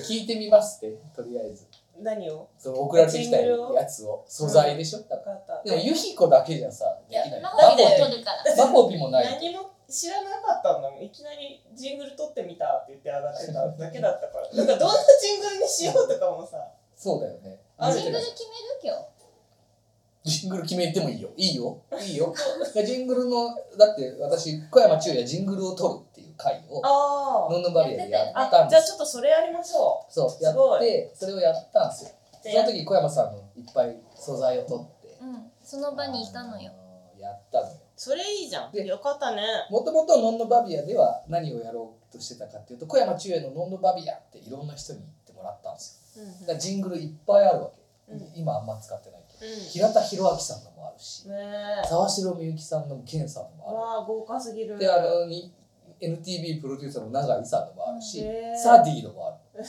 [SPEAKER 1] 聞いてみますってとりあえず
[SPEAKER 3] 何を
[SPEAKER 1] その送られてきた
[SPEAKER 3] ジングルを
[SPEAKER 1] やつを素材でしょ、だ
[SPEAKER 3] 分
[SPEAKER 1] か
[SPEAKER 3] かった
[SPEAKER 1] らでもユヒコだけじゃさ
[SPEAKER 2] い
[SPEAKER 1] で
[SPEAKER 2] や
[SPEAKER 1] きない、
[SPEAKER 2] マ
[SPEAKER 1] バコ
[SPEAKER 2] ホピ
[SPEAKER 1] ピ
[SPEAKER 2] も撮るから。
[SPEAKER 1] バコピもない
[SPEAKER 3] 何も知らなかったんだもんいきなりジングル撮ってみたって言って上がってただけだったからなんかどんなジングルにしようとかもさ
[SPEAKER 1] そうだよね
[SPEAKER 3] あれ
[SPEAKER 2] ジングル決める
[SPEAKER 1] ジングル決めてもいいよいいよいいよいやジングルのだって私小山中也ジングルを撮るっていう回を
[SPEAKER 3] あ
[SPEAKER 1] ノンノンバリアでやっ
[SPEAKER 3] あ
[SPEAKER 1] たん
[SPEAKER 3] じゃ
[SPEAKER 1] で
[SPEAKER 3] あ
[SPEAKER 1] す
[SPEAKER 3] ちょっとそれやりましょ
[SPEAKER 1] そうや
[SPEAKER 3] すご
[SPEAKER 1] ってそれをやったんですよ
[SPEAKER 3] う
[SPEAKER 1] その時小山さんのいっぱい素材を撮って
[SPEAKER 2] 今日。うん。その場にいたのよ。
[SPEAKER 1] あのやったのよ
[SPEAKER 3] それいいじゃん
[SPEAKER 1] で
[SPEAKER 3] よかったね
[SPEAKER 1] もともと「ノンノバビア」では何をやろうとしてたかっていうと小山中也の「ノンノバビア」っていろんな人に言ってもらったんですよ
[SPEAKER 3] うん
[SPEAKER 1] だからジングルいっぱいあるわけ、
[SPEAKER 3] うん
[SPEAKER 1] 今あんま使ってないけど
[SPEAKER 3] う
[SPEAKER 1] 平田博明さんのもあるし
[SPEAKER 3] んねえ
[SPEAKER 1] 沢城みゆきさんのも健さんのもある
[SPEAKER 3] わあ豪華すぎる
[SPEAKER 1] であのに NTV プロデューサーの永井さんのもあるし、
[SPEAKER 3] へー
[SPEAKER 1] サディのもある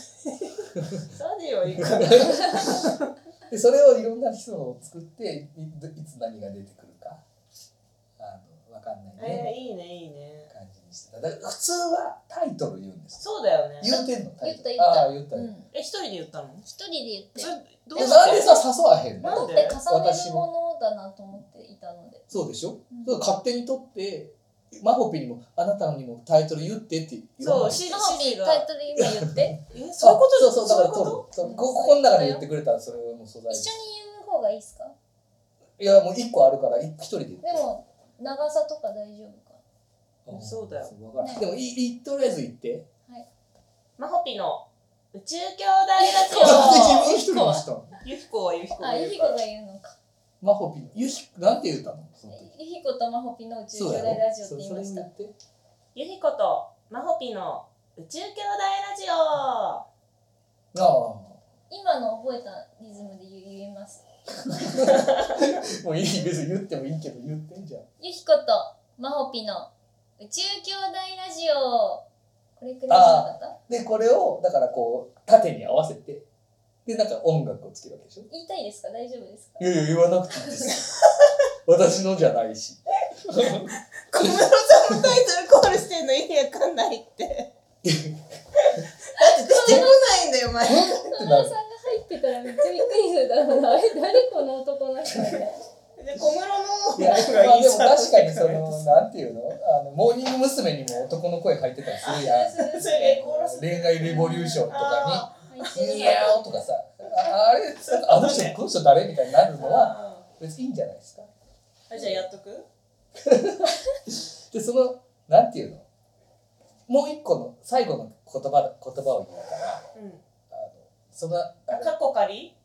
[SPEAKER 3] サディはいい かな
[SPEAKER 1] でそれをいろんな人を作っていいつ何が出てくるかあのわかんない
[SPEAKER 3] えー
[SPEAKER 1] ね、
[SPEAKER 3] いいねいいね
[SPEAKER 1] 感じにしてただから普通はタイトル言うんです
[SPEAKER 3] そうだよね
[SPEAKER 1] 言うてんのタイトル
[SPEAKER 2] 言った言った
[SPEAKER 1] ああ言った、
[SPEAKER 2] う
[SPEAKER 1] 言
[SPEAKER 2] ん
[SPEAKER 1] っ。
[SPEAKER 3] え一人で言ったの
[SPEAKER 2] 一人で言って。
[SPEAKER 3] そ
[SPEAKER 2] だ
[SPEAKER 3] れ
[SPEAKER 2] っ
[SPEAKER 3] どう
[SPEAKER 1] たえ
[SPEAKER 3] し
[SPEAKER 1] なん
[SPEAKER 3] て
[SPEAKER 1] でさ誘わへん
[SPEAKER 3] なん
[SPEAKER 1] の
[SPEAKER 3] で
[SPEAKER 2] て重ねるものだなと思っていたので。
[SPEAKER 1] そうでしょ、
[SPEAKER 2] うん
[SPEAKER 1] だから勝手に撮ってマホピにもあなたにもタイトル言ってって言わな
[SPEAKER 3] そう
[SPEAKER 1] い
[SPEAKER 3] し
[SPEAKER 2] マホピ
[SPEAKER 3] 指示が
[SPEAKER 2] タイトル今言って。
[SPEAKER 3] えそういうこと
[SPEAKER 1] そうそう
[SPEAKER 3] そうい
[SPEAKER 1] だ
[SPEAKER 3] う
[SPEAKER 1] から撮る
[SPEAKER 3] こ
[SPEAKER 1] そう
[SPEAKER 2] うん
[SPEAKER 1] こここの中で言ってくれたらそれはもう素材
[SPEAKER 2] 一緒に言う方がいいですか。
[SPEAKER 1] いやもう一個あるから一人で言って
[SPEAKER 2] でも長さとか大丈夫か。
[SPEAKER 1] うん
[SPEAKER 3] そうだよ
[SPEAKER 1] わからん
[SPEAKER 2] ね
[SPEAKER 1] でもいいいとりあえず行って。
[SPEAKER 3] とマホピの宇宙兄弟ラ
[SPEAKER 1] なんで自
[SPEAKER 3] ジ
[SPEAKER 1] 分一人にしたの。
[SPEAKER 3] オユヒコはユヒコ
[SPEAKER 2] あ、
[SPEAKER 3] が
[SPEAKER 2] ゆ
[SPEAKER 3] 言
[SPEAKER 2] ひ
[SPEAKER 3] う
[SPEAKER 2] こ
[SPEAKER 3] から
[SPEAKER 2] が言うのか。
[SPEAKER 1] マホピゆひなんて言ったのその時。
[SPEAKER 2] ゆひことまほぴの宇宙
[SPEAKER 1] そう
[SPEAKER 2] 兄
[SPEAKER 1] だ
[SPEAKER 2] 弟
[SPEAKER 1] よ
[SPEAKER 2] ラジオって
[SPEAKER 1] そ
[SPEAKER 2] 言い
[SPEAKER 1] それ
[SPEAKER 2] ま
[SPEAKER 1] を
[SPEAKER 2] した
[SPEAKER 1] 言。って。
[SPEAKER 3] ユヒコとマホピの宇宙兄弟ラジオ
[SPEAKER 1] ああ。も
[SPEAKER 2] 今の覚えたリズムで言言います。
[SPEAKER 1] ういい別に言ってもいいけど言ってんじゃん。
[SPEAKER 2] ゆひことまほぴの宇宙兄弟ラジオ。これくらいじゃなかった
[SPEAKER 1] でこれをだからこう縦に合わせてでなんか音楽をつけるわけでしょ。
[SPEAKER 2] 言いたいですか大丈夫ですか
[SPEAKER 1] いやいや言わなくていいです。私のじゃないし。
[SPEAKER 3] 小室さんのタイトルコールしてんの意味わかんないってだって出てこないんだよ前
[SPEAKER 2] 野村さんが入ってたらめっちゃびっくりするだろうな。あれ 誰この男の人みたいな。
[SPEAKER 3] で小室の
[SPEAKER 1] いやまあでも確かにそのなんていうのあのモーニング娘。にも男の声入ってたりするやん。
[SPEAKER 3] それエコーラス
[SPEAKER 1] 恋愛レボリューションとかに。
[SPEAKER 2] 入って
[SPEAKER 1] ニ
[SPEAKER 2] る
[SPEAKER 1] ャオとかさ、ああれ、あの人、この人誰みたいになるのは、
[SPEAKER 3] あ
[SPEAKER 1] 別にいいんじゃないですか。
[SPEAKER 3] ーあじゃあやっとく
[SPEAKER 1] で、その、なんていうのもう一個の、最後の言葉だ言葉を言うから、
[SPEAKER 3] うん
[SPEAKER 1] あのその、あれ
[SPEAKER 3] 過去仮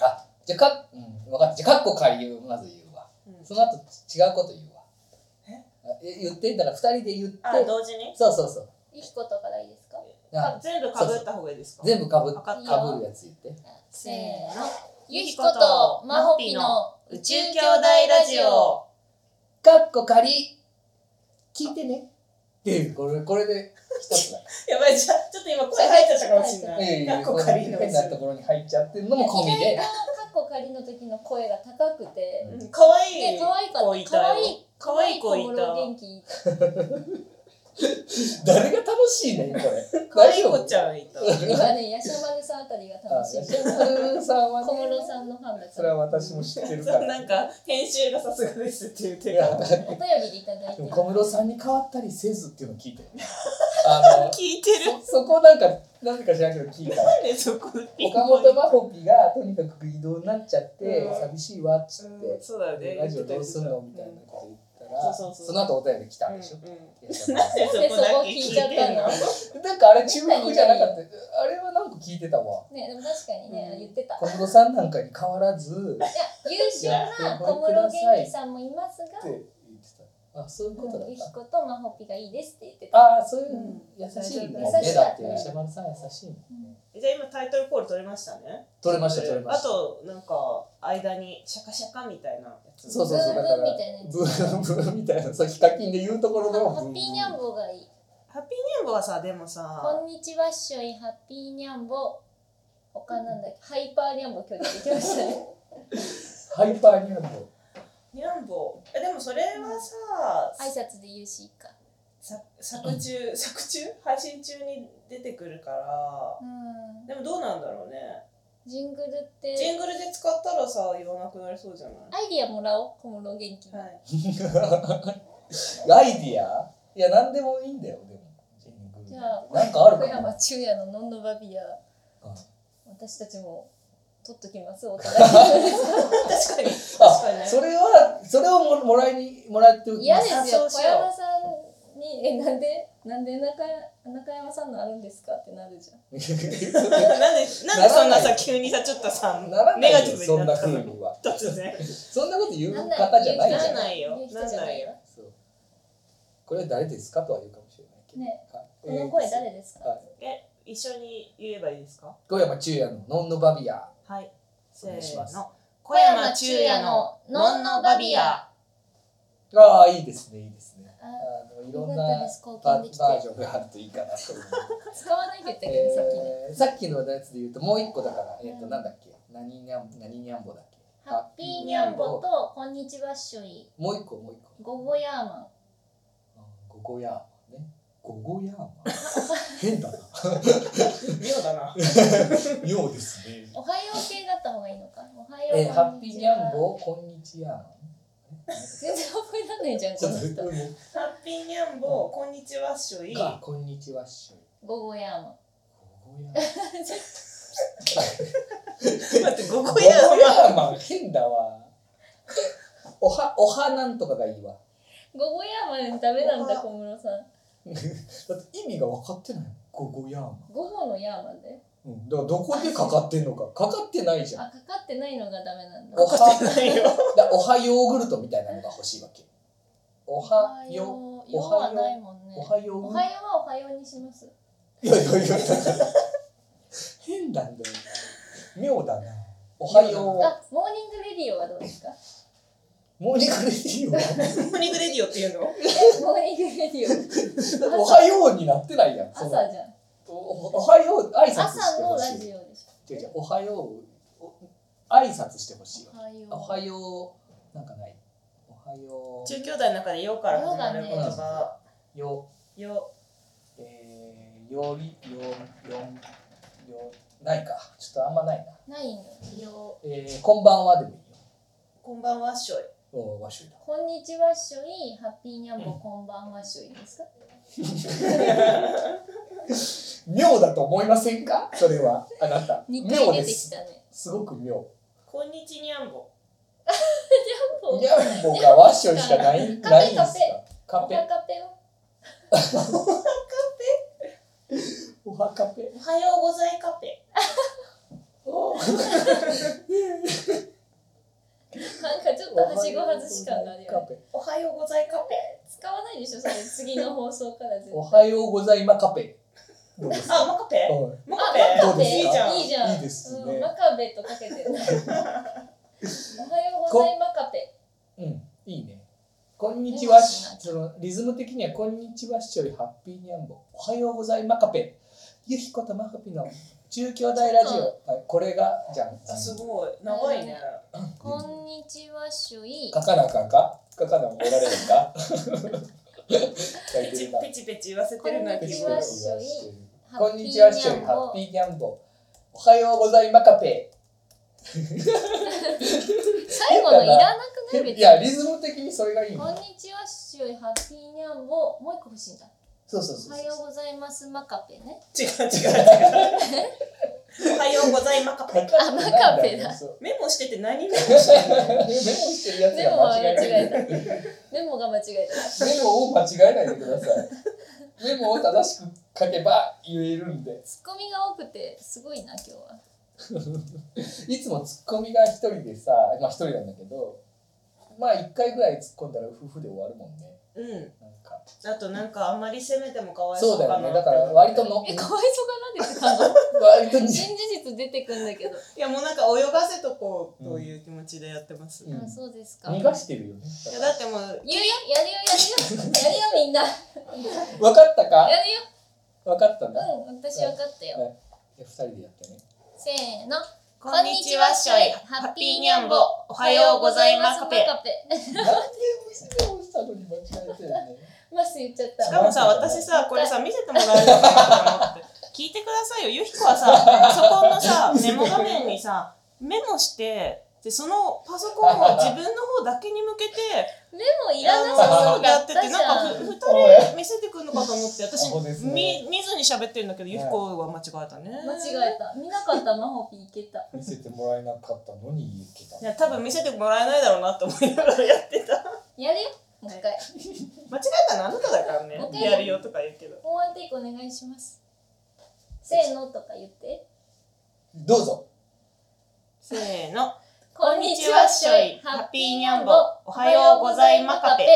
[SPEAKER 1] あじゃあか、うん、分かった。じゃあ、かっこ仮をまず言うわ。
[SPEAKER 3] うん
[SPEAKER 1] その後、違うこと言うわ。あえ言って、だから二人で言って、
[SPEAKER 3] あ同時に
[SPEAKER 1] そうそうそう。
[SPEAKER 2] ゆひことからいいですか
[SPEAKER 1] あ
[SPEAKER 3] 全部かぶった方がいいですか
[SPEAKER 1] 全部かぶ
[SPEAKER 3] わかった
[SPEAKER 1] かぶるやつ言って。
[SPEAKER 2] せーの。
[SPEAKER 3] ゆ
[SPEAKER 2] ゆ
[SPEAKER 3] ひ
[SPEAKER 2] ひ
[SPEAKER 3] こ
[SPEAKER 2] ことと
[SPEAKER 3] ま
[SPEAKER 2] ま
[SPEAKER 3] ほ
[SPEAKER 2] ほ
[SPEAKER 3] ぴ
[SPEAKER 2] ぴ
[SPEAKER 3] の
[SPEAKER 2] の
[SPEAKER 3] 宇
[SPEAKER 2] 宇
[SPEAKER 3] 宙
[SPEAKER 2] 宙
[SPEAKER 3] 兄
[SPEAKER 2] 兄
[SPEAKER 3] 弟
[SPEAKER 2] 弟
[SPEAKER 3] ラ
[SPEAKER 2] ラ
[SPEAKER 3] ジ
[SPEAKER 2] ジ
[SPEAKER 3] オ
[SPEAKER 2] オ
[SPEAKER 1] かっこ仮聞いてね。っていう、これ、これで一つだ。
[SPEAKER 3] やばいじゃあちょっと今声入っちゃったかもしれ
[SPEAKER 1] いやい
[SPEAKER 3] な
[SPEAKER 1] や
[SPEAKER 3] い
[SPEAKER 1] いや
[SPEAKER 3] 過去
[SPEAKER 1] こんな
[SPEAKER 3] 仮の
[SPEAKER 1] 変なところに入っちゃってるのも込み
[SPEAKER 2] 意
[SPEAKER 1] で
[SPEAKER 2] 外とカッコ仮の時の声が高くて、
[SPEAKER 3] うん可愛い
[SPEAKER 2] で可愛か
[SPEAKER 3] 子
[SPEAKER 2] っ
[SPEAKER 3] い
[SPEAKER 2] た。
[SPEAKER 3] た
[SPEAKER 2] 可
[SPEAKER 3] よ
[SPEAKER 2] 愛い
[SPEAKER 3] 可愛い子いた
[SPEAKER 2] 小室元気。
[SPEAKER 1] 誰が楽しいねん これ
[SPEAKER 3] 可愛い子ち
[SPEAKER 1] ん
[SPEAKER 3] ゃんいた
[SPEAKER 2] 今 ね、ヤシャマネさんあたりが楽しい。
[SPEAKER 1] さんはね
[SPEAKER 2] 小室さんのファンだ
[SPEAKER 1] そ
[SPEAKER 2] か
[SPEAKER 1] れ
[SPEAKER 2] ら。
[SPEAKER 1] は私も知ってるか
[SPEAKER 3] そうな
[SPEAKER 1] ら
[SPEAKER 3] んか編集がさすがですっていう
[SPEAKER 1] い
[SPEAKER 3] 手
[SPEAKER 1] や
[SPEAKER 3] が
[SPEAKER 1] で
[SPEAKER 2] お便りでいただいて
[SPEAKER 1] も
[SPEAKER 2] る。
[SPEAKER 1] 小室さんに変わったりせずっていうのを聞いたよねあの
[SPEAKER 3] 聞いてる
[SPEAKER 1] そそ こなんかなんか知らんけど聞いた
[SPEAKER 3] なんでそこピン
[SPEAKER 1] 岡
[SPEAKER 3] ポイ
[SPEAKER 1] 本
[SPEAKER 3] ント
[SPEAKER 1] 真帆ピがとにかく移動になっちゃって
[SPEAKER 3] うん
[SPEAKER 1] 寂しいわっつって
[SPEAKER 3] うんそうだよね
[SPEAKER 1] ラジオどうすんのみたいなこと言ったら
[SPEAKER 3] そうそうそう
[SPEAKER 1] その後お便り来たんでしょ
[SPEAKER 3] うんうん
[SPEAKER 1] いやその
[SPEAKER 3] なんでそこだけ聞いてんの
[SPEAKER 2] なんで
[SPEAKER 1] なんかあれ中国じゃなかったあれはなんか聞いてたわ
[SPEAKER 2] ね、でも確かにね、
[SPEAKER 3] うん
[SPEAKER 2] 言ってた。い
[SPEAKER 1] 小室さんなんかに変わらずっ
[SPEAKER 2] や、優秀な小室元気さんもいますが、
[SPEAKER 1] て言ってたあそういうことだっ
[SPEAKER 2] ゆひ
[SPEAKER 1] た
[SPEAKER 2] ことまほぴがいいですって言ってた。
[SPEAKER 1] ああそういう優しいもんね
[SPEAKER 2] 優しい
[SPEAKER 1] だって石丸さん優しいもん
[SPEAKER 2] うん
[SPEAKER 3] じゃあ今タイトルコール取れましたね
[SPEAKER 1] 取れました取れました
[SPEAKER 3] あとなんか間にシャカシャカみたいなやつ
[SPEAKER 1] そうそうそう
[SPEAKER 2] ブ
[SPEAKER 1] だ
[SPEAKER 2] ー
[SPEAKER 1] から
[SPEAKER 2] ブーみたいなやつ
[SPEAKER 1] ブーブーみたいなそうヒカキンで言うところの
[SPEAKER 2] ハッピーニャンボがいい。
[SPEAKER 3] ハッピーニャンボはさでもさ
[SPEAKER 2] こんにちはっしょい、ハッピーニャンボ。他なんだっけ、ハイパーニャンボ今日出てきましたね。
[SPEAKER 1] ハイパーニャンボ
[SPEAKER 3] ニャンボえでもそれはさ、
[SPEAKER 2] 挨拶で言うしいいか
[SPEAKER 3] さ作中作中配信中に出てくるから
[SPEAKER 2] うん
[SPEAKER 3] でもどうなんだろうね
[SPEAKER 2] ジングルっ
[SPEAKER 3] ジ
[SPEAKER 2] て
[SPEAKER 3] ングルで使ったらさ言わなくなりそうじゃない
[SPEAKER 2] アイディアもらおう小室元気に、
[SPEAKER 3] はい
[SPEAKER 1] アイディアいや何でもいいんだよでもジングル
[SPEAKER 2] じゃあ
[SPEAKER 1] なんかある
[SPEAKER 2] 小
[SPEAKER 1] か
[SPEAKER 2] 山
[SPEAKER 1] な
[SPEAKER 2] 中也の「ノンノバビア
[SPEAKER 1] うん」
[SPEAKER 2] 私たちも取っときますお互い
[SPEAKER 3] 確かに確かに
[SPEAKER 1] あ
[SPEAKER 3] ね
[SPEAKER 1] それはそれをももらいにもらっておき
[SPEAKER 2] 嫌
[SPEAKER 1] ま
[SPEAKER 2] ですす
[SPEAKER 3] そ
[SPEAKER 2] よ
[SPEAKER 3] うし
[SPEAKER 2] 小
[SPEAKER 3] よう
[SPEAKER 2] 山さんに「えなんでなんで中中山さんのあるんですか?」ってなるじゃん
[SPEAKER 3] なんでなんでそんなさ急にさちょっとさ
[SPEAKER 1] ならな
[SPEAKER 3] ネガ
[SPEAKER 1] い
[SPEAKER 3] テ
[SPEAKER 1] よ
[SPEAKER 3] ィブ
[SPEAKER 1] そ
[SPEAKER 3] に
[SPEAKER 1] んな
[SPEAKER 3] なった
[SPEAKER 1] 風
[SPEAKER 3] の
[SPEAKER 1] には
[SPEAKER 3] 突然
[SPEAKER 1] そんなこと言う
[SPEAKER 2] なんない
[SPEAKER 1] 方じゃないじ
[SPEAKER 3] じ
[SPEAKER 1] ゃ
[SPEAKER 3] ゃ
[SPEAKER 1] ん
[SPEAKER 3] ないよ
[SPEAKER 2] 言う人じゃないよ
[SPEAKER 1] そうこれは誰ですかとは言うかもしれないけど
[SPEAKER 2] ね
[SPEAKER 1] はい
[SPEAKER 2] この声誰ですか、
[SPEAKER 1] はい
[SPEAKER 3] え一緒に言えばいいですか
[SPEAKER 1] 小山中也の「ノンノバビア
[SPEAKER 3] はいせ
[SPEAKER 1] お願いし
[SPEAKER 3] ー
[SPEAKER 1] ます
[SPEAKER 3] の小山中也ののんのバビア」
[SPEAKER 1] ああいいですねいいですね
[SPEAKER 2] あ
[SPEAKER 1] あのい
[SPEAKER 2] よ
[SPEAKER 1] ろ
[SPEAKER 2] か
[SPEAKER 1] ん
[SPEAKER 2] ったで
[SPEAKER 1] な
[SPEAKER 2] す貢
[SPEAKER 1] バ
[SPEAKER 2] 献
[SPEAKER 1] バ
[SPEAKER 2] で
[SPEAKER 1] ージ
[SPEAKER 2] きて
[SPEAKER 1] ョンがあるといいかなと思う
[SPEAKER 2] 使わないって言ったけど、 さっきね
[SPEAKER 1] えーさっきのやつで言うともう一個だから、えっと
[SPEAKER 2] うん
[SPEAKER 1] なんだっけ何にゃん何にゃんぼだっけ
[SPEAKER 2] ハッピーニャンボとこんにちはっしょい
[SPEAKER 1] もう一個もう一個
[SPEAKER 2] ゴゴヤーマン
[SPEAKER 1] あゴゴヤーマンねゴゴヤーマ ン変だな
[SPEAKER 3] 妙だな
[SPEAKER 1] 妙ですね
[SPEAKER 2] おはよう系だった方がいいのかおはよう、
[SPEAKER 1] えーハッ
[SPEAKER 2] こ
[SPEAKER 1] ピ
[SPEAKER 2] ん
[SPEAKER 1] ー
[SPEAKER 2] にち
[SPEAKER 1] ニ
[SPEAKER 2] は
[SPEAKER 1] ャンボこんにちや
[SPEAKER 2] 全然覚えられないじゃん
[SPEAKER 1] ち
[SPEAKER 2] こ
[SPEAKER 1] ょっ
[SPEAKER 2] の
[SPEAKER 1] と
[SPEAKER 2] 人
[SPEAKER 1] もう
[SPEAKER 3] ハッピーニャンボーこんにちはっしょい
[SPEAKER 1] がこんにちはっしょい
[SPEAKER 2] ゴゴヤーマン
[SPEAKER 1] ゴゴヤーマン
[SPEAKER 3] 待ってこ
[SPEAKER 1] ゴ
[SPEAKER 3] こ
[SPEAKER 1] ゴ
[SPEAKER 3] や
[SPEAKER 1] ヤーマン変だわおはおはなんとかがいいわ
[SPEAKER 2] ゴゴヤーマンダメなんだ
[SPEAKER 3] あ
[SPEAKER 2] 小室さん
[SPEAKER 1] だって意味が分かってないもんゴゴヤーマン
[SPEAKER 2] ゴゴのヤーマンで
[SPEAKER 1] うん、だからどこでかかってんのかかかってないじゃん
[SPEAKER 2] あかかってないのがダメなんだ
[SPEAKER 1] お
[SPEAKER 3] かかって
[SPEAKER 1] は
[SPEAKER 3] ないよ
[SPEAKER 1] だおはヨーグルトみたいなのが欲しいわけおは
[SPEAKER 2] お
[SPEAKER 1] よ
[SPEAKER 2] よう
[SPEAKER 1] お
[SPEAKER 2] よう
[SPEAKER 1] はよ
[SPEAKER 2] は
[SPEAKER 1] う
[SPEAKER 2] ないもんね
[SPEAKER 1] おはよ
[SPEAKER 2] お
[SPEAKER 1] う
[SPEAKER 2] はようはおはようにします
[SPEAKER 1] いやいやいや変なんだよ妙だなおはよ
[SPEAKER 2] あモーニングレディオはどうですか
[SPEAKER 1] うモーニングレディーは
[SPEAKER 3] モーニングレディオっていうの
[SPEAKER 2] えモーニングレディオ
[SPEAKER 1] だっておはようになってないやんその
[SPEAKER 2] 朝じゃん
[SPEAKER 1] おおおはよう挨拶し
[SPEAKER 2] 朝
[SPEAKER 1] て
[SPEAKER 2] の
[SPEAKER 1] ほ
[SPEAKER 2] ラ
[SPEAKER 1] し
[SPEAKER 2] ジ
[SPEAKER 1] い
[SPEAKER 2] オでし
[SPEAKER 1] 違う違うおはようお挨拶してほしい
[SPEAKER 2] ょおはよう
[SPEAKER 1] おはようなんかないおはよ
[SPEAKER 3] 中京大の中で「よ」から始まる言
[SPEAKER 2] よ
[SPEAKER 3] 葉
[SPEAKER 1] うよ
[SPEAKER 3] 「よ
[SPEAKER 1] えー、よりよよよないかちょっとあんまないな、
[SPEAKER 2] ないのよ
[SPEAKER 1] えー、こんばんはでもいいよ」
[SPEAKER 3] 「こんばんはっしょい
[SPEAKER 1] おわしゅうだ
[SPEAKER 2] こんにちはっしょいハッピーニャンボこんばんはっしょいですか
[SPEAKER 1] 妙だと思いませんかそれはあなた
[SPEAKER 2] 二
[SPEAKER 1] 妙
[SPEAKER 2] 回出
[SPEAKER 1] で
[SPEAKER 2] てき
[SPEAKER 1] す
[SPEAKER 2] た ね
[SPEAKER 1] すごく妙」
[SPEAKER 3] 「こんにちにゃんぼ
[SPEAKER 2] お
[SPEAKER 1] にゃんぼがわしゅうしかない
[SPEAKER 2] カペ
[SPEAKER 1] ないんですかカ
[SPEAKER 2] は
[SPEAKER 1] ペ
[SPEAKER 2] かぺよ
[SPEAKER 1] おはカペ」
[SPEAKER 3] 「おはようございカフェ
[SPEAKER 2] なんかちょっとはしご外し感があるよね
[SPEAKER 3] おはようございカフェ
[SPEAKER 2] 使わないでしょそれ次の放送から絶対
[SPEAKER 1] おはようございまカペどうです」か
[SPEAKER 3] あマカフェ
[SPEAKER 1] うん
[SPEAKER 3] マカフ
[SPEAKER 2] あ、
[SPEAKER 1] どう
[SPEAKER 2] マカ
[SPEAKER 1] で
[SPEAKER 2] ベ
[SPEAKER 1] すか
[SPEAKER 2] いいじゃん。
[SPEAKER 1] いいですね
[SPEAKER 2] うん、マカベとか けてる。おはようございマカベ。
[SPEAKER 1] うんいいねこんにちはそのリズム的にはこんにちはっしょりハッピーニャンボおはようございまカペゆひことまふぴの中京大ラジ
[SPEAKER 2] ちょ
[SPEAKER 1] オはいこれがじゃん
[SPEAKER 3] あすごい長いね
[SPEAKER 2] こんにちは、しゅい。
[SPEAKER 1] 書かなあかんか書かなおられるんか書いて
[SPEAKER 3] ペチ
[SPEAKER 1] るな
[SPEAKER 3] ペチペチ言わせてるな
[SPEAKER 2] ペ
[SPEAKER 1] ペチ
[SPEAKER 2] チ
[SPEAKER 1] ペ
[SPEAKER 2] ペ
[SPEAKER 1] チ
[SPEAKER 2] チ
[SPEAKER 1] 言
[SPEAKER 2] 言
[SPEAKER 1] わ
[SPEAKER 2] わ
[SPEAKER 1] し
[SPEAKER 2] してて
[SPEAKER 1] るこんにちはっしょりハッピーニャンボおはようございまカペ
[SPEAKER 2] 最後のいらなくない別
[SPEAKER 1] い
[SPEAKER 2] に。
[SPEAKER 1] やリズム的にそれがいい
[SPEAKER 2] こん
[SPEAKER 1] の
[SPEAKER 2] にちは、しゅい、ハッピーニャンボ。もう一個欲しいんだ。
[SPEAKER 1] そうそうそ
[SPEAKER 2] お
[SPEAKER 1] う
[SPEAKER 2] はよ
[SPEAKER 1] そう
[SPEAKER 2] ございます、マカベね。
[SPEAKER 3] 違う違う違う おはようございマカフェ
[SPEAKER 1] う
[SPEAKER 2] あ、マカベだ。
[SPEAKER 1] そう
[SPEAKER 3] メモしてて何メモしてんの
[SPEAKER 1] メモしてるやつ
[SPEAKER 2] メモ
[SPEAKER 1] が
[SPEAKER 2] は
[SPEAKER 1] 間
[SPEAKER 2] 間
[SPEAKER 1] 違えない
[SPEAKER 2] 違えた。メモが間違えた。
[SPEAKER 1] メモを間違えないでください。メモを正しく書けば言えるんで。
[SPEAKER 2] ツッコミが多くて、すごいな、今日は。
[SPEAKER 1] いつもツッコミが一人でさ、まあ一人なんだけど、まあ一回ぐらい突っ込んだら夫婦で終わるもんね。
[SPEAKER 3] う
[SPEAKER 1] な
[SPEAKER 3] ん
[SPEAKER 1] んか
[SPEAKER 3] あとなんかあんまり責めてもかわい
[SPEAKER 1] そう
[SPEAKER 3] そ
[SPEAKER 1] だ
[SPEAKER 3] うか
[SPEAKER 1] よ
[SPEAKER 3] な
[SPEAKER 1] ね。だから割との
[SPEAKER 2] え、かわいそうかなって言ってたの。
[SPEAKER 1] 割とに
[SPEAKER 2] 新事実出てくんだけど。
[SPEAKER 3] いやもうなんか泳がせとこうという気持ちでやってます、
[SPEAKER 1] うん
[SPEAKER 3] い
[SPEAKER 2] あ、そうですか。
[SPEAKER 1] 逃がしてるよね。
[SPEAKER 3] やだってもう
[SPEAKER 2] 言うよ、やるよ、やるよ、やるよ、みんな。や
[SPEAKER 1] 分かったか
[SPEAKER 2] るよ。
[SPEAKER 1] 分かったんだ。
[SPEAKER 2] うん、私分かったよ。
[SPEAKER 1] 二人でやってね。
[SPEAKER 2] せーの。
[SPEAKER 3] こんにちは、しょい。ハッピーニャンボ。おはようございます。カペ。
[SPEAKER 2] マカペ
[SPEAKER 1] 何で娘をしたのに間違えてるね。
[SPEAKER 2] マス言っちゃっ
[SPEAKER 3] したかもさ、私さ、これさ、見せてもらえるんじゃないかなと思って。聞いてくださいよ。ゆひこはさ、パソコンのさ、メモ画面にさ、メモして、で、そのパソコンを自分の方だけに向けて、
[SPEAKER 2] メモいらなさ
[SPEAKER 3] そ
[SPEAKER 2] そうう
[SPEAKER 3] や
[SPEAKER 2] だ
[SPEAKER 3] っ
[SPEAKER 2] ってた
[SPEAKER 3] て、なん
[SPEAKER 2] じ
[SPEAKER 3] か
[SPEAKER 2] ゃ
[SPEAKER 3] ふ
[SPEAKER 2] ん
[SPEAKER 3] 二人見せてくんのかと思って、私
[SPEAKER 1] そうです、ね
[SPEAKER 3] 見見ずに喋ってるんだけど、ゆひこは間違えたね。
[SPEAKER 2] 間違えた見なかったマホピーいけた
[SPEAKER 1] 見せてもらえなかったのに言ってた。
[SPEAKER 3] いや、多分見せてもらえないだろうなと思いながらやってた。
[SPEAKER 2] やるよもう一回
[SPEAKER 3] 間違えたのあなただからね
[SPEAKER 2] もう。一回
[SPEAKER 3] やるよとか言うけど。
[SPEAKER 2] もうワンテイクお願いしますせーのとか言って
[SPEAKER 1] どうぞ。
[SPEAKER 3] せーの。
[SPEAKER 2] こ
[SPEAKER 3] んにちはしょいハッピーニャンボおはようございまカペ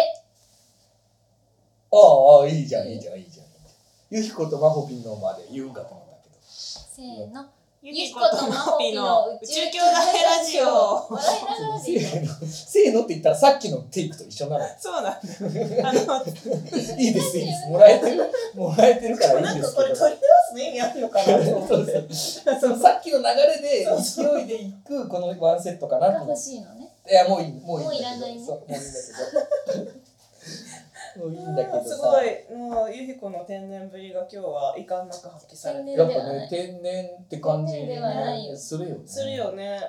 [SPEAKER 1] ああ、いいじゃん、いいじゃん、いいじゃん。ゆひことまほぴんのまで言うかと思ったけど。
[SPEAKER 2] せーの
[SPEAKER 3] ゆきことマホピの宇宙兄弟ラジオ。
[SPEAKER 2] 笑いながらで
[SPEAKER 1] せ
[SPEAKER 2] いいよ
[SPEAKER 1] ーの、せーのって言ったらさっきのテイクと一緒なの。
[SPEAKER 3] そうなんだ。あの、で
[SPEAKER 1] いいです、いいです。もらえてる、もらえてるか
[SPEAKER 3] も
[SPEAKER 1] ら
[SPEAKER 3] ない
[SPEAKER 1] い
[SPEAKER 3] ん
[SPEAKER 1] で
[SPEAKER 3] か
[SPEAKER 1] す
[SPEAKER 3] こ
[SPEAKER 1] け
[SPEAKER 3] れ
[SPEAKER 1] ど。
[SPEAKER 3] 取り直すの意味ある のかなと思
[SPEAKER 1] そう
[SPEAKER 3] っ
[SPEAKER 1] そ
[SPEAKER 3] て。
[SPEAKER 1] うそのさっきの流れで勢いでいくこのワンセットかな
[SPEAKER 2] が
[SPEAKER 1] と思
[SPEAKER 2] 欲
[SPEAKER 1] って
[SPEAKER 2] しいのね
[SPEAKER 1] いやもういいもういいんだけど
[SPEAKER 2] もういらないね
[SPEAKER 1] そうもういいんだけどもういいんだけど
[SPEAKER 3] す
[SPEAKER 1] さ
[SPEAKER 3] ごい、もうゆひこの天然ぶりが今日は遺憾なく発揮され
[SPEAKER 2] 天
[SPEAKER 3] て
[SPEAKER 1] や
[SPEAKER 2] 然で
[SPEAKER 1] っ
[SPEAKER 2] は
[SPEAKER 1] ぱ
[SPEAKER 2] な
[SPEAKER 1] ね
[SPEAKER 2] い
[SPEAKER 1] 天然って感じ、ね、
[SPEAKER 2] 天然ではないよ
[SPEAKER 1] するよね
[SPEAKER 3] するよね。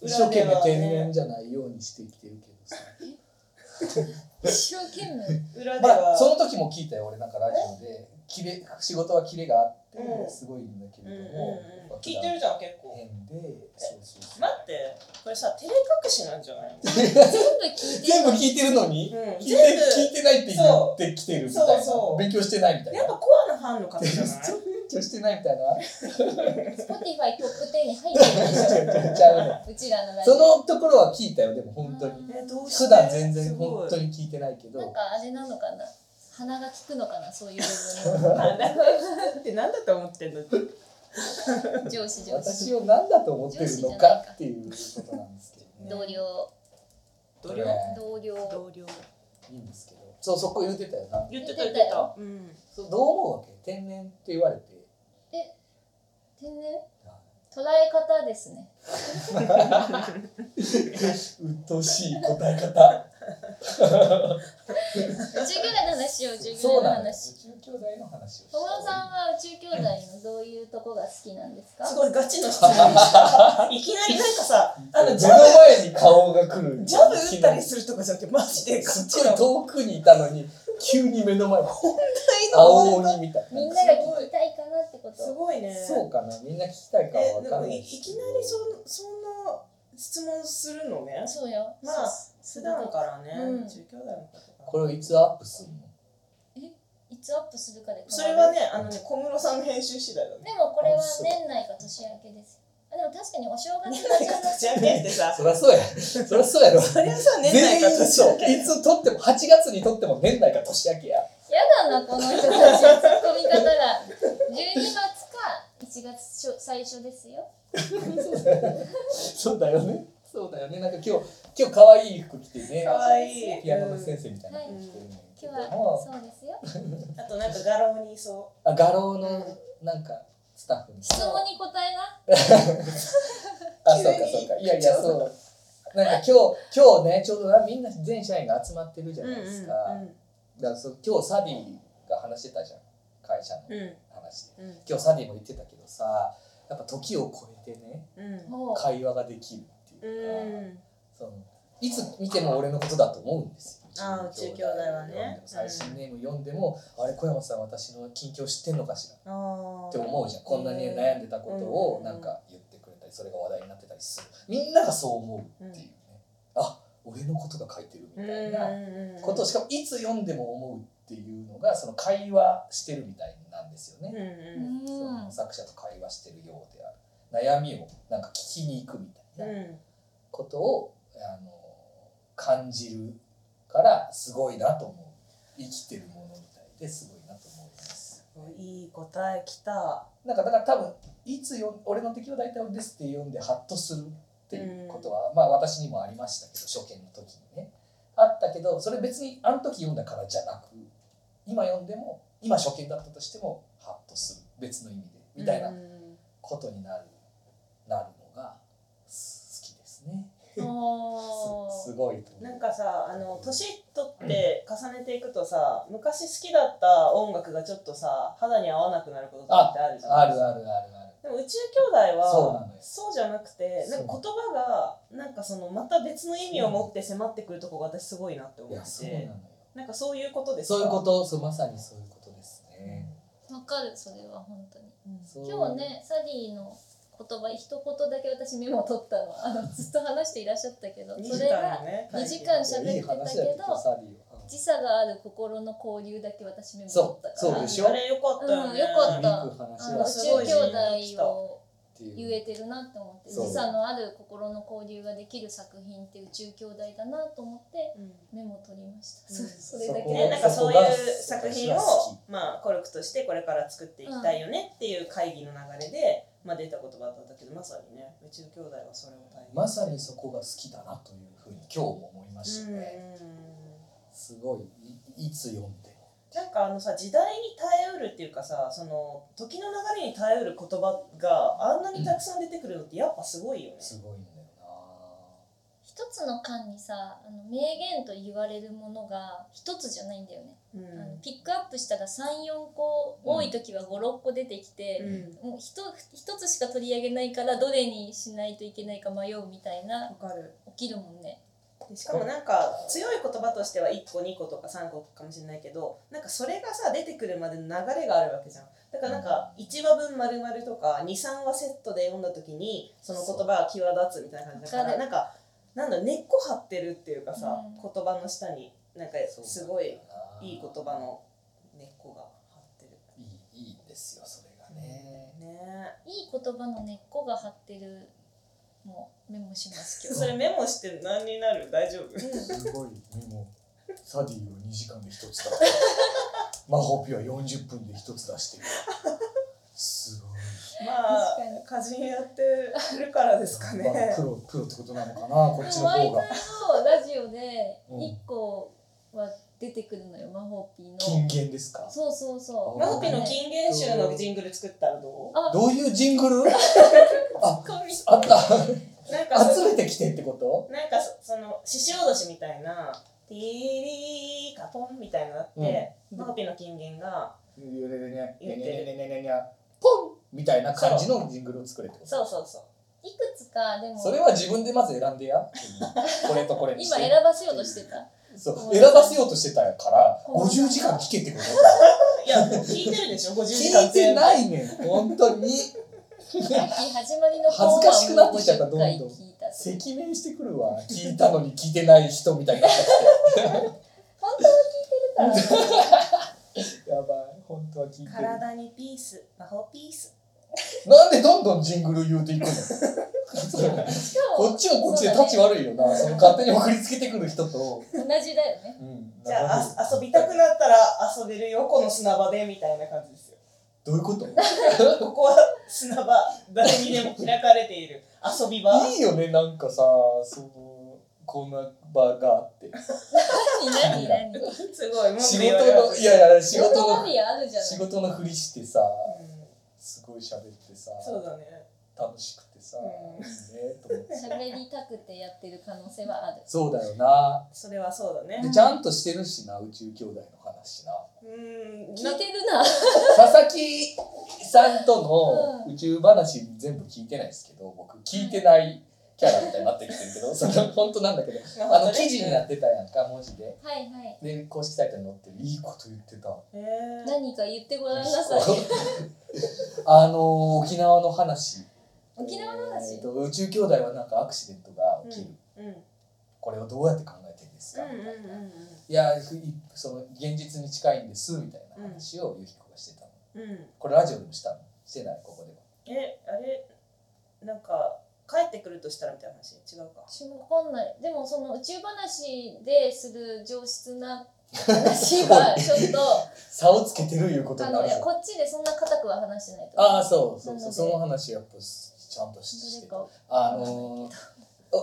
[SPEAKER 1] 一生懸命天
[SPEAKER 3] 裏では
[SPEAKER 1] 然
[SPEAKER 3] ね。
[SPEAKER 1] じゃないようにしてきてるけどさ
[SPEAKER 2] 一生懸命
[SPEAKER 3] 裏で
[SPEAKER 1] まあそ
[SPEAKER 3] は。
[SPEAKER 1] の時も聞いたよ俺なんかラジオでキレ仕事はキレがあって
[SPEAKER 3] うん
[SPEAKER 1] すごいんだけ
[SPEAKER 3] うん
[SPEAKER 1] れ
[SPEAKER 3] う
[SPEAKER 1] ども、
[SPEAKER 3] ん
[SPEAKER 1] やっぱ
[SPEAKER 3] うん。聞いてるじゃん、結構。
[SPEAKER 1] 変でそうそうそう
[SPEAKER 3] 待って、これさ、照れ隠しなんじゃないの
[SPEAKER 2] 全部聞いて
[SPEAKER 1] 全部
[SPEAKER 2] る
[SPEAKER 1] 聞いてるのに、
[SPEAKER 3] うん
[SPEAKER 1] 聞いて聞
[SPEAKER 3] 全部
[SPEAKER 1] いてないって言ってきてるみたいな
[SPEAKER 3] そうそう
[SPEAKER 1] 勉強してないみたいな
[SPEAKER 3] やっぱコアなファンの方じゃない
[SPEAKER 1] 勉強してないみたいな
[SPEAKER 2] Spotify トップ10に入ってるでし
[SPEAKER 1] ちゃうの
[SPEAKER 2] ょうちらのラジ
[SPEAKER 1] そ
[SPEAKER 2] オ
[SPEAKER 1] のところは聞いたよでも本当に
[SPEAKER 2] うん
[SPEAKER 3] えどうして
[SPEAKER 1] 普段全然
[SPEAKER 3] すご
[SPEAKER 1] 本
[SPEAKER 3] い
[SPEAKER 1] 当に聞いてないけど
[SPEAKER 2] なんかあれなのかな鼻が効くのかなそういう部
[SPEAKER 3] あなんかってなんだと思ってんの
[SPEAKER 2] 分の上司上司
[SPEAKER 1] 私を何だと思ってるのかっていうことなんですけどね
[SPEAKER 2] 同僚
[SPEAKER 3] 同僚
[SPEAKER 1] ね
[SPEAKER 2] 同僚
[SPEAKER 3] 同僚
[SPEAKER 1] いいんですけどそうそこ言ってたよな
[SPEAKER 3] 言ってた言
[SPEAKER 2] 言
[SPEAKER 3] っ
[SPEAKER 2] ってて
[SPEAKER 3] た
[SPEAKER 2] たよ
[SPEAKER 3] うん
[SPEAKER 1] そうどう思うわけ天然って言われて
[SPEAKER 2] 天然捉え方ですね
[SPEAKER 1] 鬱陶しい答え方
[SPEAKER 2] 宇宙兄弟の話を宇宙兄
[SPEAKER 1] そう
[SPEAKER 2] 弟の
[SPEAKER 1] なのよ
[SPEAKER 2] 話
[SPEAKER 1] 宇宙兄弟の話を
[SPEAKER 2] 小室さんは宇宙兄弟のどういうとこが好きなんですか
[SPEAKER 3] すごいガチの質問でしたいきなりなんかさあのジ
[SPEAKER 1] 目
[SPEAKER 3] ャ
[SPEAKER 1] の
[SPEAKER 3] ブ
[SPEAKER 1] 前に顔が来る
[SPEAKER 3] ジャブ打ったりするとかじゃなくてマジでガ
[SPEAKER 1] す
[SPEAKER 3] チ
[SPEAKER 1] っごい
[SPEAKER 3] の
[SPEAKER 1] 遠くにいたのに急に目の前に青
[SPEAKER 3] 青
[SPEAKER 1] 鬼みたい
[SPEAKER 2] みん
[SPEAKER 1] な
[SPEAKER 2] なが聞きたいかなってこ
[SPEAKER 3] す
[SPEAKER 2] と
[SPEAKER 3] ごいね
[SPEAKER 1] そうかなみんな聞きたいかは
[SPEAKER 3] え
[SPEAKER 1] 分
[SPEAKER 3] で
[SPEAKER 1] かん
[SPEAKER 3] も
[SPEAKER 1] ないい
[SPEAKER 3] い
[SPEAKER 1] ですけ
[SPEAKER 3] き
[SPEAKER 1] ど
[SPEAKER 3] なりそそんな質問するのね
[SPEAKER 2] そうよ
[SPEAKER 3] まあ普段からね
[SPEAKER 2] うん
[SPEAKER 3] 中兄弟の方から
[SPEAKER 1] これをいつアップするの
[SPEAKER 2] いつアップするかで変わる
[SPEAKER 3] それはねあのね小室さんの編集次第 だね
[SPEAKER 2] でもこれは
[SPEAKER 1] あそう
[SPEAKER 2] 年内か年明けですよあでも確かにお正月
[SPEAKER 3] 年内
[SPEAKER 2] が
[SPEAKER 3] か
[SPEAKER 2] ちょう
[SPEAKER 3] 年明けってさ
[SPEAKER 1] そりゃそうやそりゃそうやろ
[SPEAKER 3] それはさ年内
[SPEAKER 1] 全
[SPEAKER 3] か
[SPEAKER 1] 員
[SPEAKER 3] 年
[SPEAKER 1] そう
[SPEAKER 3] 明け
[SPEAKER 1] いつ撮っても8月に撮っても年内か年明けや
[SPEAKER 2] どやだなこの人たちのツッコミ方が12月か1月初最初ですよ
[SPEAKER 1] そうだよねそうだよねなんか今日今日可愛い服着てね
[SPEAKER 3] かわいい
[SPEAKER 1] ピアノの先生みたいな服着てるんだけ
[SPEAKER 2] 今
[SPEAKER 1] ど
[SPEAKER 2] 日は
[SPEAKER 1] も
[SPEAKER 2] そうですよ
[SPEAKER 3] あとなんか画廊にいそ
[SPEAKER 1] あ画廊のなんかスタッフに
[SPEAKER 2] 質問に答えな
[SPEAKER 1] あ、そうかそうか。いやいや、そう。なんか今日、今日ね、ちょうどなみんな全社員が集まってるじ
[SPEAKER 3] う
[SPEAKER 1] ゃ
[SPEAKER 3] うん
[SPEAKER 1] な
[SPEAKER 3] う
[SPEAKER 1] い
[SPEAKER 3] ん
[SPEAKER 1] ですか。だからそう今日サディが話してたじゃん。会社の
[SPEAKER 3] うん
[SPEAKER 1] 話で。
[SPEAKER 3] うん
[SPEAKER 1] 今日サディも言ってたけどさ、やっぱ時を超えてね、
[SPEAKER 3] うん
[SPEAKER 2] もう
[SPEAKER 1] 会話ができるっていうか、
[SPEAKER 3] うん
[SPEAKER 1] そのいつ見ても俺のことだと思うんですよ。
[SPEAKER 3] あー
[SPEAKER 1] 中
[SPEAKER 3] 中兄弟はね
[SPEAKER 1] 最新ネーム読んでも、あれ、小山さん、私の近況知ってんのかしら
[SPEAKER 3] あー
[SPEAKER 1] って思うじゃんこんなに悩んでたことを
[SPEAKER 3] うん
[SPEAKER 1] なんか言ってくれたりそれが話題になってたりするみんながそう思うっていうね、あ俺のことが書いてるみたいなことをしかもいつ読んでも思うっていうのがその会話してるみたいなんですよ
[SPEAKER 3] うん
[SPEAKER 1] ね、
[SPEAKER 3] う
[SPEAKER 2] うん
[SPEAKER 1] そ
[SPEAKER 2] ん
[SPEAKER 1] の作者と会話してるようである悩みをなんか聞きに行くみ
[SPEAKER 3] う
[SPEAKER 1] た
[SPEAKER 3] ん
[SPEAKER 1] いな
[SPEAKER 3] うん
[SPEAKER 1] ことを、あの感じるからすごいなと思う生きてるものみたいですごいなと思います。
[SPEAKER 3] いい答えきた
[SPEAKER 1] なんかだから多分いつよ俺の敵は大体俺ですって読んでハッとするっていうことは、まあ私にもありましたけど初見の時にねあったけどそれ別にあの時読んだからじゃなく今読んでも今初見だったとしてもハッとする別の意味でみたいな
[SPEAKER 3] うん
[SPEAKER 1] ことになる、なるのがす
[SPEAKER 2] お
[SPEAKER 1] すごいと思う
[SPEAKER 3] なんかさあの年取って重ねていくとさ昔好きだった音楽がちょっとさ肌に合わなくなることだってあるじゃ
[SPEAKER 1] あ
[SPEAKER 3] ない
[SPEAKER 1] る
[SPEAKER 3] で
[SPEAKER 1] あ
[SPEAKER 3] す
[SPEAKER 1] る
[SPEAKER 3] か
[SPEAKER 1] あるある
[SPEAKER 3] でも宇宙兄弟は
[SPEAKER 1] そうなのよ
[SPEAKER 3] そうじゃなくてなんか
[SPEAKER 1] そ
[SPEAKER 3] 言葉がなんかそのまた別の意味を持って迫ってくるとこが私すごいなって
[SPEAKER 1] い
[SPEAKER 3] 思
[SPEAKER 1] や
[SPEAKER 3] っ
[SPEAKER 1] そうなの
[SPEAKER 3] て
[SPEAKER 1] よ
[SPEAKER 3] なんかそういうことですか
[SPEAKER 1] そういうことそうまさにそういうことですね、
[SPEAKER 2] ーわかるそれは本当に
[SPEAKER 3] うん
[SPEAKER 1] そう
[SPEAKER 2] 今日ねサリーの言葉一言だけ私メモ取ったのあのずっと話していらっしゃったけど
[SPEAKER 3] 2
[SPEAKER 2] そ
[SPEAKER 3] 時
[SPEAKER 2] れ
[SPEAKER 3] 間の
[SPEAKER 2] が
[SPEAKER 3] ね
[SPEAKER 2] 2時間喋ってたけど
[SPEAKER 1] いい話だけどサリーは
[SPEAKER 2] 時差がある心の交流だけ私メモ取ったから
[SPEAKER 1] そうそうでしょ
[SPEAKER 3] あれよかったよね、
[SPEAKER 2] うんよかった
[SPEAKER 1] 響く
[SPEAKER 2] あ
[SPEAKER 1] 話
[SPEAKER 2] の
[SPEAKER 1] だ
[SPEAKER 2] 宇
[SPEAKER 1] し
[SPEAKER 3] すごい
[SPEAKER 2] 宙兄弟を
[SPEAKER 1] っていう
[SPEAKER 2] 言えてるなって思って
[SPEAKER 1] そう
[SPEAKER 2] 時差のある心の交流ができる作品って宇宙兄弟だなと思って
[SPEAKER 3] うん
[SPEAKER 2] メモ取りました、
[SPEAKER 3] うん
[SPEAKER 2] そそれだけ
[SPEAKER 1] そこ
[SPEAKER 3] ね、
[SPEAKER 2] で
[SPEAKER 3] なんかそうい
[SPEAKER 1] そこが
[SPEAKER 3] う作
[SPEAKER 1] 私
[SPEAKER 3] 品を
[SPEAKER 1] は好、
[SPEAKER 3] まあ、コルクとしてこれから作っていきたいよねっていう会議の流れで、まあ、出た言葉だったけどまさにねうちの兄弟はそれを体現
[SPEAKER 1] まさにそこが好きだなというふうに今日も思いました
[SPEAKER 3] うんうんう
[SPEAKER 1] ね、
[SPEAKER 3] ん
[SPEAKER 1] すごいいいつ読んでも
[SPEAKER 3] なんかあのさ時代に耐えうるっていうかさその時の流れに耐えうる言葉があんなにたくさん出てくるのってやっぱすごいよね、
[SPEAKER 1] すごいんだよ
[SPEAKER 2] 一つの間にさあの名言と言われるものが一つじゃないんだよね、
[SPEAKER 3] うん
[SPEAKER 2] あのピックアップしたら34個多い時は56個出てきて、
[SPEAKER 3] うん
[SPEAKER 2] もう一一つしか取り上げないからどれにしないといけないか迷うみたいな
[SPEAKER 3] わかる
[SPEAKER 2] 起きるもんね
[SPEAKER 3] でしかもなんか強い言葉としては1個2個とか3個かもしれないけどなんかそれがさ出てくるまでの流れがあるわけじゃんだからなんか1話分丸々とか23話セットで読んだ時にその言葉が際立つみたいな感じだか
[SPEAKER 2] わからる
[SPEAKER 3] なんかなんだ根っこ張ってるっていうかさ、
[SPEAKER 2] うん
[SPEAKER 3] 言葉の下になんか
[SPEAKER 1] な
[SPEAKER 3] すごいいい言葉
[SPEAKER 1] の
[SPEAKER 3] の根っこが張ってる
[SPEAKER 1] いいいいんですよそれがね、
[SPEAKER 3] ねえ
[SPEAKER 2] いい言葉の根っこが張ってるもうメモします今 日
[SPEAKER 3] それメモして何になる大丈夫
[SPEAKER 1] すごいメモサディは2時間で1つだマホピは40分で1つ出してるすごい
[SPEAKER 3] まあ
[SPEAKER 2] 確かに
[SPEAKER 3] 歌人やってるからですかね
[SPEAKER 1] まあ、プロプロってことなのかなこっちの方
[SPEAKER 2] 毎回
[SPEAKER 1] が
[SPEAKER 2] のラジオで
[SPEAKER 1] うん
[SPEAKER 2] 一個は出てくるのよ、マホーピー
[SPEAKER 1] 金
[SPEAKER 2] の。
[SPEAKER 1] 言ですか
[SPEAKER 2] そうそうそう。
[SPEAKER 3] マホピの
[SPEAKER 2] ね
[SPEAKER 3] 金言集のジングル作ったらど
[SPEAKER 2] あ、
[SPEAKER 1] どういうジングルあ
[SPEAKER 2] 神
[SPEAKER 1] あった
[SPEAKER 3] うなんかそ
[SPEAKER 1] 集めてきてってこと
[SPEAKER 3] なんかそその獅子おどしみたいな「ティーリーカポン」みたいなのあって、マホピの金言が
[SPEAKER 1] ゆれれね
[SPEAKER 3] 言
[SPEAKER 1] ねね
[SPEAKER 3] って
[SPEAKER 1] ねねねねねポンみたいな感じのジングルを作れってこと
[SPEAKER 3] そうそうそう
[SPEAKER 2] いくつかでも
[SPEAKER 1] それは自分でまず選んでやこれとこれにし
[SPEAKER 2] 今
[SPEAKER 1] て
[SPEAKER 2] 選ばせようとしてた。
[SPEAKER 1] そう選ばせようとしてたから50時間聞けってこと
[SPEAKER 3] いやもう聞いてるでしょ50時間
[SPEAKER 1] 聞いてないいねん本当に
[SPEAKER 2] さっき始まりの
[SPEAKER 1] 恥ずかしくなってきちゃった
[SPEAKER 2] 方はもう50
[SPEAKER 1] どんどん
[SPEAKER 2] 回聞いたって
[SPEAKER 1] 赤面してくるわ聞いたのに聞いてない人みたいになって
[SPEAKER 2] 本当は聞いてるから。
[SPEAKER 1] き てやばい本当は聞いてる
[SPEAKER 3] 体にピース魔法ピース
[SPEAKER 1] なんでどんどんジングル言うて いくの
[SPEAKER 2] しか
[SPEAKER 1] こ
[SPEAKER 2] も
[SPEAKER 1] っちもこっちで立ち悪いよな、その勝手に送りつけてくる人と、
[SPEAKER 2] 同じだよね。
[SPEAKER 1] うん、
[SPEAKER 3] じゃああ遊びたく
[SPEAKER 1] い
[SPEAKER 3] なったら遊べるよこの砂場でみたいな感じですよ
[SPEAKER 1] どういうこと
[SPEAKER 3] ここは砂場誰にでも開かれている遊び場
[SPEAKER 1] いいよねなんかさそのこんな場があって
[SPEAKER 2] 何何何。
[SPEAKER 3] すごい文
[SPEAKER 1] 仕事
[SPEAKER 3] 句言われ
[SPEAKER 1] の
[SPEAKER 3] る
[SPEAKER 1] いやいや仕
[SPEAKER 2] 仕事
[SPEAKER 1] 事
[SPEAKER 2] マ
[SPEAKER 1] の
[SPEAKER 2] フィアあるじゃない。
[SPEAKER 1] 仕事のふりしてさ
[SPEAKER 3] うん
[SPEAKER 1] すごい喋ってさ
[SPEAKER 3] そうだね
[SPEAKER 1] 楽しくてさ、
[SPEAKER 3] うん
[SPEAKER 1] いいねと思って
[SPEAKER 2] 喋りたくてやってる可能性はある。
[SPEAKER 1] そうだよな
[SPEAKER 3] それはそうだね
[SPEAKER 1] でちゃんとしてるしな宇宙兄弟の話な
[SPEAKER 3] うん
[SPEAKER 2] 聞
[SPEAKER 3] ない
[SPEAKER 2] てるな。
[SPEAKER 1] 佐々木さんとの宇宙話全部聞いてないですけど僕聞いてないキャラみたいになってきてるけどそれ本当なんだけどあの記事になってたやんか文字で
[SPEAKER 2] はいはい。
[SPEAKER 1] で公式サイトに載ってるいいこと言ってた
[SPEAKER 3] えー
[SPEAKER 2] 何か言ってごらんなさい。
[SPEAKER 1] あの沖縄の話
[SPEAKER 2] 沖縄の話
[SPEAKER 1] えーと宇宙兄弟はなんかアクシデントが起きる、
[SPEAKER 3] うんうん
[SPEAKER 1] これをどうやって考えてるんですか、みたいな「いやふいその現実に近いんです」みたいな話をゆきこがしてたの
[SPEAKER 3] うんうんうん
[SPEAKER 1] これラジオでもしたのしてないここでも
[SPEAKER 3] えあれなんか帰ってくるとしたらみたいな話違うか
[SPEAKER 2] 私もわかんない。でもその宇宙話でする上質 な話はちょっと
[SPEAKER 1] 差をつけてるいうこと
[SPEAKER 2] あ
[SPEAKER 1] にな
[SPEAKER 2] の
[SPEAKER 1] る
[SPEAKER 2] い
[SPEAKER 1] ぞ
[SPEAKER 2] やこっちでそんな固くは話してないと思う。
[SPEAKER 1] ああそうそう
[SPEAKER 2] なの
[SPEAKER 1] そう
[SPEAKER 2] で
[SPEAKER 1] その話やっぱちゃんとしして
[SPEAKER 2] どれ
[SPEAKER 1] た
[SPEAKER 2] かを
[SPEAKER 1] あのー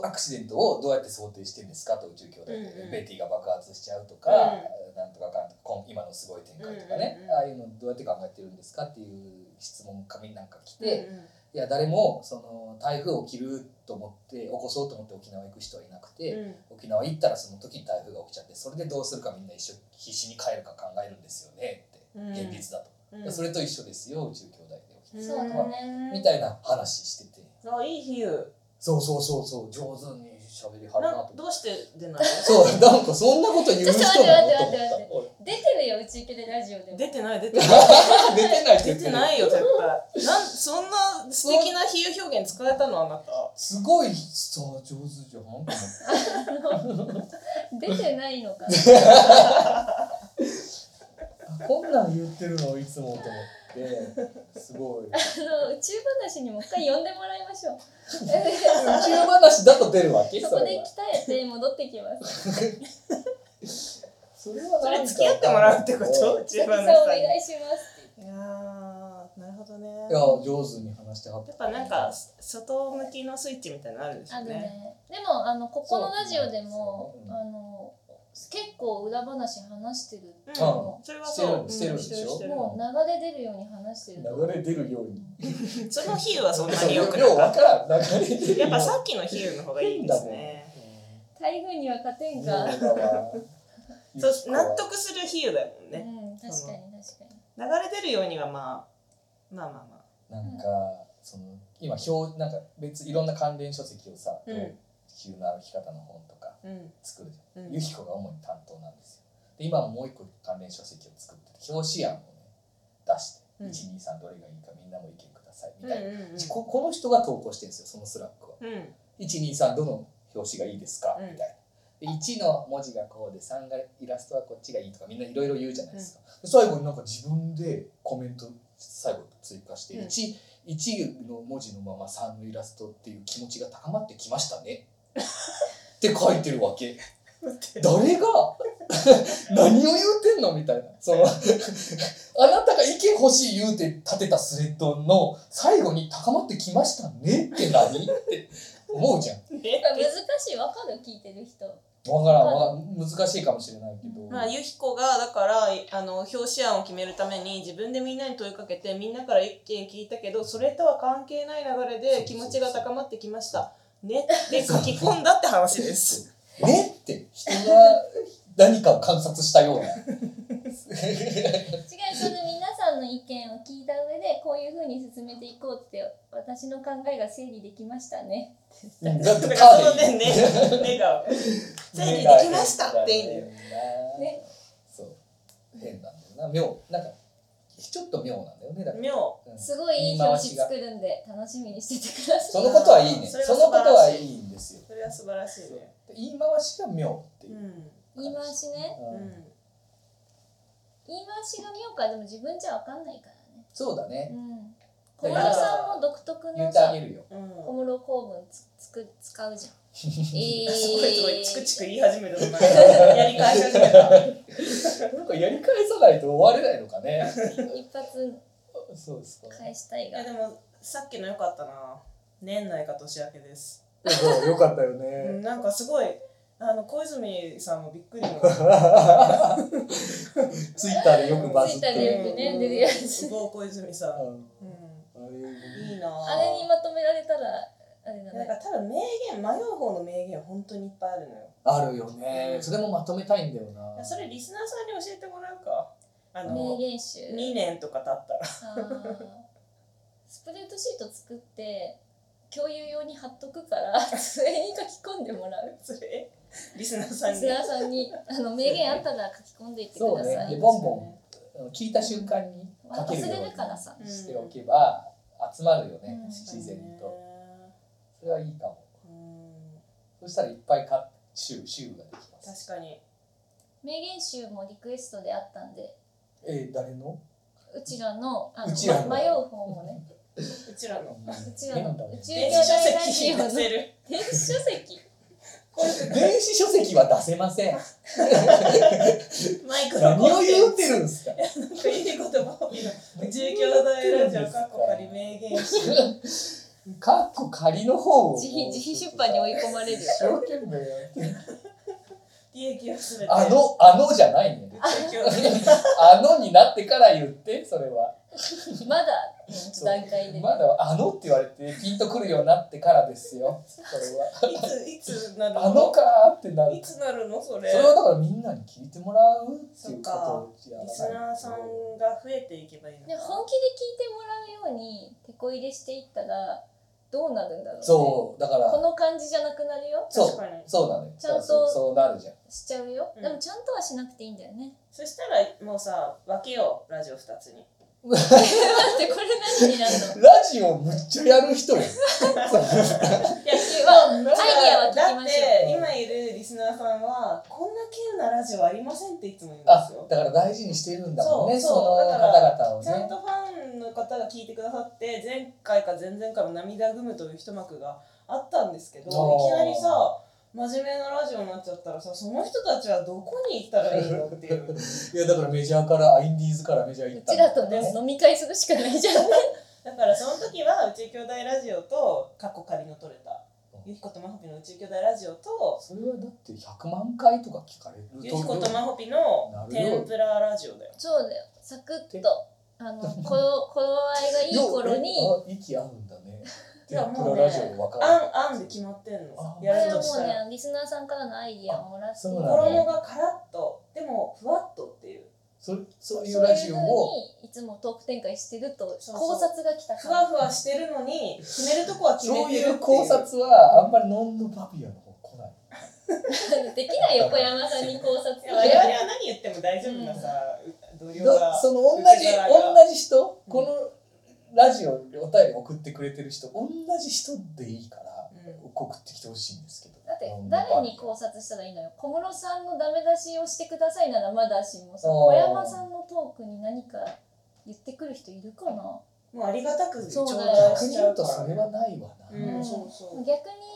[SPEAKER 1] アクシデントをどうやって想定してるんですかと宇宙兄弟で、
[SPEAKER 3] うんうん
[SPEAKER 1] ベティが爆発しちゃうとか、
[SPEAKER 3] う
[SPEAKER 1] なんとかかんとかこん今のすごい展開とかね、
[SPEAKER 3] うんうんうん
[SPEAKER 1] ああいうのどうやって考えてるんですかっていう質問紙なんか来て、
[SPEAKER 3] うん
[SPEAKER 1] いや誰もその台風起きると思って起こそうと思って沖縄行く人はいなくて、沖縄行ったらその時に台風が起きちゃってそれでどうするかみんな一緒必死に帰るか考えるんですよねって現実だと、
[SPEAKER 3] うん
[SPEAKER 1] それと一緒ですよ宇宙兄弟で起きて、
[SPEAKER 2] そうだね
[SPEAKER 1] みたいな話してて
[SPEAKER 3] あいい比喩
[SPEAKER 1] そうそうそうそう上手に喋りはるなと
[SPEAKER 3] な
[SPEAKER 1] 思って
[SPEAKER 3] どうして出ない
[SPEAKER 1] そうなんかそんなこと言う人なの
[SPEAKER 2] ちょっ
[SPEAKER 1] と
[SPEAKER 2] と待って待って待って
[SPEAKER 1] 思っ
[SPEAKER 2] 出てるようち池でラジオでも
[SPEAKER 3] 出てない出てない
[SPEAKER 1] た俺 出てないって言
[SPEAKER 3] 出
[SPEAKER 1] って
[SPEAKER 3] て
[SPEAKER 1] る
[SPEAKER 3] ないよ絶対なんそんな素敵な比喩表現使えたのあなた
[SPEAKER 1] すごいさ上手じゃんと思って
[SPEAKER 2] 出てないのかな
[SPEAKER 1] あこんなん言ってるのいつもと思ってすごい宇
[SPEAKER 2] あの宇宙話にもう一回呼んでもらい ましょう
[SPEAKER 1] 宙話だと出るわけ
[SPEAKER 2] そ
[SPEAKER 1] そ
[SPEAKER 2] こ
[SPEAKER 1] れ
[SPEAKER 2] で鍛
[SPEAKER 1] は
[SPEAKER 2] えて戻ってきます
[SPEAKER 1] それは
[SPEAKER 3] そ
[SPEAKER 1] なん
[SPEAKER 3] れ
[SPEAKER 1] か
[SPEAKER 3] 付き合ってもらうってこと
[SPEAKER 2] 佐々
[SPEAKER 3] 自分
[SPEAKER 2] 木
[SPEAKER 3] の
[SPEAKER 2] さんお
[SPEAKER 3] さん
[SPEAKER 2] 願
[SPEAKER 3] に
[SPEAKER 2] いしますって
[SPEAKER 3] いやーなるほどね
[SPEAKER 1] いや上手に話してはった
[SPEAKER 3] やっぱなんか外向きのスイッチみたいなのあるんでしょ
[SPEAKER 2] あ
[SPEAKER 3] う
[SPEAKER 2] る
[SPEAKER 3] ね
[SPEAKER 2] ねでもあのここのラジオでも
[SPEAKER 1] そう
[SPEAKER 2] あの結構裏話話してる
[SPEAKER 3] うん
[SPEAKER 1] あ
[SPEAKER 3] それはそう
[SPEAKER 1] してる
[SPEAKER 3] うん
[SPEAKER 1] してるでしょ
[SPEAKER 3] してる
[SPEAKER 2] もう流れ出るように話してる
[SPEAKER 1] 流れ出るように
[SPEAKER 3] してるその比喩はそんな
[SPEAKER 1] そう
[SPEAKER 3] に
[SPEAKER 1] 量
[SPEAKER 3] よくなか
[SPEAKER 1] わ
[SPEAKER 3] っ
[SPEAKER 1] からん流れ出る
[SPEAKER 3] た
[SPEAKER 1] よ
[SPEAKER 3] やっぱさっきの比喩の方がいいですね
[SPEAKER 2] 台風には勝て
[SPEAKER 1] うんん
[SPEAKER 2] か、うん、確
[SPEAKER 1] そうだわ
[SPEAKER 3] そう納得する比喩だよ
[SPEAKER 2] か
[SPEAKER 3] ね
[SPEAKER 2] に確かに
[SPEAKER 3] 流れ出るようにはまあまあまあまあ
[SPEAKER 1] なんかその今表なんか別いろんな関連書籍をさ
[SPEAKER 3] うん
[SPEAKER 1] 地球の歩き方の本とか
[SPEAKER 3] うん
[SPEAKER 1] 作るじゃん
[SPEAKER 3] うん
[SPEAKER 1] ユキコが主に担当なんですよ。で今ももう一個関連書籍を作ってて表紙案をね出して、
[SPEAKER 3] うん
[SPEAKER 1] 123どれがいいかみんなも意見くださいみ
[SPEAKER 3] うんう
[SPEAKER 1] たいな、
[SPEAKER 3] んうん
[SPEAKER 1] ここの人が投稿してるんですよそのスラックは。
[SPEAKER 3] うん
[SPEAKER 1] 123どの表紙がいいですか、
[SPEAKER 3] うん
[SPEAKER 1] みたいな。で1の文字がこうで3がイラストはこっちがいいとかみんないろいろ言うじゃないですか、で最後になんか自分でコメント最後追加して
[SPEAKER 3] うん
[SPEAKER 1] 1,、1の文字のまま3のイラストっていう気持ちが高まってきました ねって書いてるわけ。誰が 何を言うてんのみたいな そのあなたが意見欲しい言うて立てたスレッドの最後に高まってきましたねって何って思うじゃん
[SPEAKER 3] ね
[SPEAKER 2] に難しいわかる聞いてる人
[SPEAKER 1] わからんわ難しいかもしれないけど、
[SPEAKER 3] まあ、ゆひこがだからいあの表紙案を決めるために自分でみんなに問いかけてみんなから意見聞いたけどそれとは関係ない流れで気持ちが高まってきましたねって書き込んだって話です。
[SPEAKER 1] ねって人が何かを観察したよう な
[SPEAKER 2] 違うその皆さんの意見を聞いた上でこういうふうに進めていこうって私の考えが整理できましたね
[SPEAKER 1] うんだっ
[SPEAKER 3] だ
[SPEAKER 1] て
[SPEAKER 3] から
[SPEAKER 1] カ
[SPEAKER 3] その
[SPEAKER 1] ー
[SPEAKER 3] ね
[SPEAKER 1] で
[SPEAKER 3] ねねが整理できましたっていいんだよ。
[SPEAKER 2] ね
[SPEAKER 1] そう変なんだよな妙なんかちょっと妙なんだよねだから
[SPEAKER 3] 妙
[SPEAKER 1] うん
[SPEAKER 2] すごいいい表紙作るんで楽しみにしててくださ
[SPEAKER 1] そ
[SPEAKER 2] い
[SPEAKER 1] のことはいいね。
[SPEAKER 3] そ
[SPEAKER 1] そ
[SPEAKER 3] れは
[SPEAKER 1] のことはいいんですよ。
[SPEAKER 3] それは素晴らしいね。
[SPEAKER 1] 言い回しが妙って
[SPEAKER 3] う
[SPEAKER 1] いう。
[SPEAKER 3] ん
[SPEAKER 2] 言い回しね
[SPEAKER 1] うん
[SPEAKER 3] うん
[SPEAKER 2] 言い回しが妙かでも自分じゃわかんないからね
[SPEAKER 1] そうだね
[SPEAKER 2] う。ん小室さんも独特
[SPEAKER 1] 言っ
[SPEAKER 2] の
[SPEAKER 1] てあ
[SPEAKER 2] さ
[SPEAKER 1] げるよ。
[SPEAKER 3] うん
[SPEAKER 2] 小室公文つつく使うじゃんえ ー
[SPEAKER 3] すごいすごいチクチク言い始めたと かやり返し始めた。
[SPEAKER 1] なんかやり返さないと終われないのかね。
[SPEAKER 2] 一発
[SPEAKER 1] そうですか。
[SPEAKER 2] 返したい
[SPEAKER 3] い
[SPEAKER 2] が
[SPEAKER 3] やでもさっきの良かったな年内か年明け です、
[SPEAKER 1] そうよかったよ
[SPEAKER 3] うん
[SPEAKER 1] ね。
[SPEAKER 3] なんかすごいあの小泉さんもびっく りも
[SPEAKER 1] ツイッターでよくバズっ
[SPEAKER 2] ツイッターでよ
[SPEAKER 1] て
[SPEAKER 2] くね出るやつ
[SPEAKER 3] すごい小泉さん、
[SPEAKER 1] う
[SPEAKER 3] うん
[SPEAKER 1] あれ
[SPEAKER 3] ん、いいな
[SPEAKER 2] あれにまとめられたらあれだ
[SPEAKER 3] なんか
[SPEAKER 2] ね
[SPEAKER 3] 多分名言迷う方の名言本当にいっぱいあるのよ
[SPEAKER 1] あるよね。それもまとめたいんだよ
[SPEAKER 3] いや
[SPEAKER 1] な。
[SPEAKER 3] それリスナーさんに教えてもらうかあ
[SPEAKER 2] 名
[SPEAKER 3] の
[SPEAKER 2] 言集
[SPEAKER 3] 2年とか経ったら
[SPEAKER 2] あースプレッドシート作って共有用に貼っとくからそれに書き込んでもらう
[SPEAKER 3] それリスナーさん
[SPEAKER 2] リ
[SPEAKER 3] に
[SPEAKER 2] スナーさんにあの名言あったら書き込んでいってくだ
[SPEAKER 1] そう
[SPEAKER 2] さ
[SPEAKER 1] ね
[SPEAKER 2] い、
[SPEAKER 1] でボンボ聞いた瞬間に書けるよ
[SPEAKER 2] 忘れるからさ
[SPEAKER 1] うにしておけば集まるよね
[SPEAKER 2] うん。
[SPEAKER 1] 自然と。
[SPEAKER 3] う
[SPEAKER 1] それはいいかも。
[SPEAKER 3] ん
[SPEAKER 1] そしたらいっぱい買っ週週ができます。
[SPEAKER 3] 確かに
[SPEAKER 2] 名言集もリクエストであったんで
[SPEAKER 1] えー、誰の？
[SPEAKER 2] うちらのあの
[SPEAKER 1] うちらの
[SPEAKER 2] 迷う方もね
[SPEAKER 3] うちらの
[SPEAKER 2] うちらの
[SPEAKER 1] なんだろう
[SPEAKER 2] うち
[SPEAKER 3] 電子書籍に載せる
[SPEAKER 2] 電子書籍
[SPEAKER 1] 電子書籍は出せません。
[SPEAKER 3] マイク
[SPEAKER 1] 何を言ってるんですか。
[SPEAKER 3] いい言葉を見ろ中京大ラジオかっこかり名言集
[SPEAKER 1] かっこ仮の方を。
[SPEAKER 2] 自費自費出版に追い込まれる
[SPEAKER 1] 一生懸命やって。
[SPEAKER 3] 利益をすべて
[SPEAKER 1] あのあのじゃないね。
[SPEAKER 3] 中京大
[SPEAKER 1] あのになってから言ってそれは。
[SPEAKER 2] まだ
[SPEAKER 1] そう
[SPEAKER 2] 段階でね、
[SPEAKER 1] まだあのって言われてピンとくるようになってからですよそれは。
[SPEAKER 3] いついつなる
[SPEAKER 1] あのかーってなる
[SPEAKER 3] いつなるのそれ
[SPEAKER 1] それはだからみんなに聞いてもらうっていうことをやら
[SPEAKER 3] リ
[SPEAKER 1] な
[SPEAKER 3] スナーさんが増えていけばいいの
[SPEAKER 2] でも本気で聞いてもらうようにてこ入れしていったらどうなるんだろうね
[SPEAKER 1] そうだか
[SPEAKER 2] こ
[SPEAKER 1] ら
[SPEAKER 2] の感じじゃなくなるよ
[SPEAKER 1] そう
[SPEAKER 3] 確かに
[SPEAKER 1] そうなのよ
[SPEAKER 2] ちゃんと
[SPEAKER 1] そうそうなるじゃん
[SPEAKER 2] しちゃうよ、
[SPEAKER 3] うん
[SPEAKER 2] でもちゃんとはしなくていいんだよね
[SPEAKER 3] そしたらもうさ分けようラジオ2つに
[SPEAKER 2] 待ってこれ何になる の
[SPEAKER 1] ラジオむっちゃやる 人よ
[SPEAKER 3] いや
[SPEAKER 2] はアイデアは聞きましょう
[SPEAKER 3] だって今いるリスナーさんはこんな急なラジオありませんっていつも言うんです
[SPEAKER 1] あ
[SPEAKER 3] よ
[SPEAKER 1] だから大事にしてるんだもんねそ
[SPEAKER 3] そうそう
[SPEAKER 1] の
[SPEAKER 3] だか
[SPEAKER 1] 方
[SPEAKER 3] ら
[SPEAKER 1] 々を
[SPEAKER 3] ちゃん
[SPEAKER 1] ね
[SPEAKER 3] とファンの方が聞いてくださって前回か前々回も涙ぐむという一幕があったんですけど
[SPEAKER 1] おー
[SPEAKER 3] いきなりさ真面目なラジオになっちゃったらさその人たちはどこに行ったらいいのっていう
[SPEAKER 1] いやだからメジャーからインディーズからメジャー行
[SPEAKER 2] う
[SPEAKER 1] った
[SPEAKER 2] ちらとね飲み会するしかないじゃんね
[SPEAKER 3] だからその時は宇宙兄弟ラジオと過去仮の撮れたゆきことまほぴの宇宙兄弟ラジオと
[SPEAKER 1] それはだって100万回とか聞かれる
[SPEAKER 3] ゆきことまほぴの天ぷらラジオだよ
[SPEAKER 2] そうだよサクッとあの こ頃合いがいい頃に
[SPEAKER 1] よえあ息合うんだね
[SPEAKER 3] い
[SPEAKER 1] 天
[SPEAKER 3] やもうね
[SPEAKER 1] ぷらラジオわかる
[SPEAKER 3] あんあんで決まってんの
[SPEAKER 1] あ
[SPEAKER 2] これ
[SPEAKER 3] やる
[SPEAKER 2] は
[SPEAKER 3] とし
[SPEAKER 2] もう
[SPEAKER 3] たら、
[SPEAKER 2] ねリスナーさんからのアイディアをもらっ
[SPEAKER 1] あ
[SPEAKER 2] て
[SPEAKER 1] そうなんだ
[SPEAKER 3] 衣がカラッとでもふわっとっていう
[SPEAKER 1] それそうい
[SPEAKER 2] そうう
[SPEAKER 1] ラ
[SPEAKER 2] いう
[SPEAKER 1] ジオ
[SPEAKER 2] ふ
[SPEAKER 1] を
[SPEAKER 2] うにいつもトーク展開してると
[SPEAKER 3] そうそう
[SPEAKER 2] 考察が来た
[SPEAKER 3] ふ
[SPEAKER 2] か
[SPEAKER 3] わ
[SPEAKER 2] ら
[SPEAKER 3] ふわしてるのに決めるとこは決め
[SPEAKER 1] そう
[SPEAKER 3] てるっ
[SPEAKER 1] い
[SPEAKER 3] ていう
[SPEAKER 1] う考察はあんまりノンドバビアの方来ない
[SPEAKER 2] できないよ小山さんに考察
[SPEAKER 3] いや我々は何言っても大丈夫なさ、同僚が
[SPEAKER 1] だその同
[SPEAKER 3] 受
[SPEAKER 1] じ
[SPEAKER 3] け皿が
[SPEAKER 1] 同じ人このラジオにお便り送ってくれてる人同じ人でいいから
[SPEAKER 3] う
[SPEAKER 1] 送ってきてほしいんですけど
[SPEAKER 2] だって誰に考察したらいいのよ小室さんのダメ出しをしてくださいならまだしもさ
[SPEAKER 1] あー
[SPEAKER 2] 小山さんのトークに何か言ってくる人いるかな
[SPEAKER 3] もうありがたく頂
[SPEAKER 2] そうだよ
[SPEAKER 3] 戴
[SPEAKER 1] 逆
[SPEAKER 3] し
[SPEAKER 1] に
[SPEAKER 3] ち
[SPEAKER 1] 言
[SPEAKER 3] ゃ
[SPEAKER 1] う
[SPEAKER 3] う
[SPEAKER 1] と
[SPEAKER 3] から
[SPEAKER 1] それはないわな、
[SPEAKER 3] うんそう
[SPEAKER 2] 逆
[SPEAKER 3] そう
[SPEAKER 2] に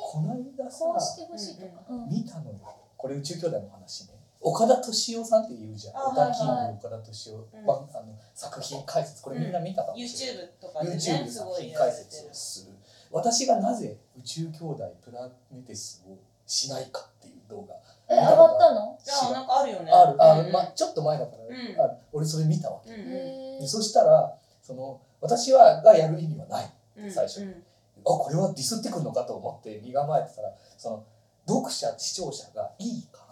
[SPEAKER 1] この間さ
[SPEAKER 2] こうしてほしいとか、うん
[SPEAKER 1] 見たのよこれ宇宙兄弟の話ね岡田敏夫さんっていうじゃん
[SPEAKER 3] あ
[SPEAKER 1] オタキン
[SPEAKER 2] はいはい
[SPEAKER 1] グ岡田敏夫、
[SPEAKER 3] うん
[SPEAKER 1] ばんあの作品解説これみんな見たかもしれない、
[SPEAKER 3] YouTube とかでね
[SPEAKER 1] YouTube です作
[SPEAKER 3] ごい
[SPEAKER 1] 品
[SPEAKER 3] やら
[SPEAKER 1] 解
[SPEAKER 3] れて
[SPEAKER 1] 説をする私がなぜ宇宙兄弟プラネテスをしないかっていう動画
[SPEAKER 2] え上がった
[SPEAKER 3] る
[SPEAKER 2] の、
[SPEAKER 3] あなんかあるよね
[SPEAKER 1] あるあ、
[SPEAKER 3] うん
[SPEAKER 1] まあ、ちょっと前だから、
[SPEAKER 3] うん
[SPEAKER 1] あ俺それ見たわ
[SPEAKER 3] うん
[SPEAKER 2] へ
[SPEAKER 1] で
[SPEAKER 2] ー
[SPEAKER 1] そしたらその私はがやる意味はないあ
[SPEAKER 3] うんうん
[SPEAKER 1] 最初
[SPEAKER 3] うん
[SPEAKER 1] これはディスってくるのかと思って身構えてたらその読者視聴者がいいか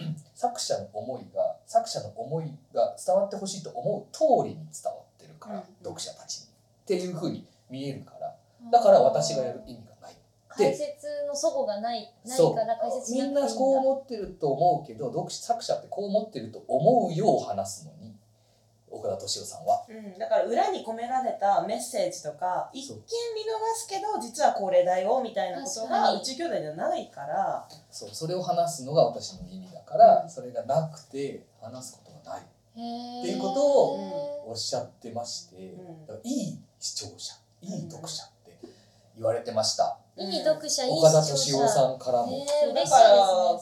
[SPEAKER 1] ら 作者の思いが作者の思いが伝わってほしいと思う通りに伝わってるから、
[SPEAKER 3] うん
[SPEAKER 1] 読者たちにっていうふうに見えるからだから私がやる意味がない
[SPEAKER 2] 解説の齟齬がないない
[SPEAKER 1] そう
[SPEAKER 2] から解説
[SPEAKER 1] み
[SPEAKER 2] しなくていい
[SPEAKER 1] ん
[SPEAKER 2] んだ
[SPEAKER 1] なこう思ってると思うけど読者作者ってこう思ってると思うよう話すのに岡田敏夫さんは
[SPEAKER 3] うん、だから裏に込められたメッセージとか一見見逃すけど実はこれだよみたいなこと
[SPEAKER 2] 確か
[SPEAKER 3] が
[SPEAKER 2] に
[SPEAKER 3] 宇宙兄弟じゃないから
[SPEAKER 1] そうそれを話すのが私の意味だから、それがなくて話すことがない
[SPEAKER 2] へー
[SPEAKER 1] っていうことをおっしゃってまして、
[SPEAKER 3] ん
[SPEAKER 1] だからいい視聴者いい読者って言われてました、
[SPEAKER 2] いい読者、いい
[SPEAKER 1] 岡田
[SPEAKER 2] 視聴
[SPEAKER 1] 敏夫
[SPEAKER 2] 者
[SPEAKER 1] さんからも、
[SPEAKER 2] ねえ嬉
[SPEAKER 3] だ
[SPEAKER 2] しいで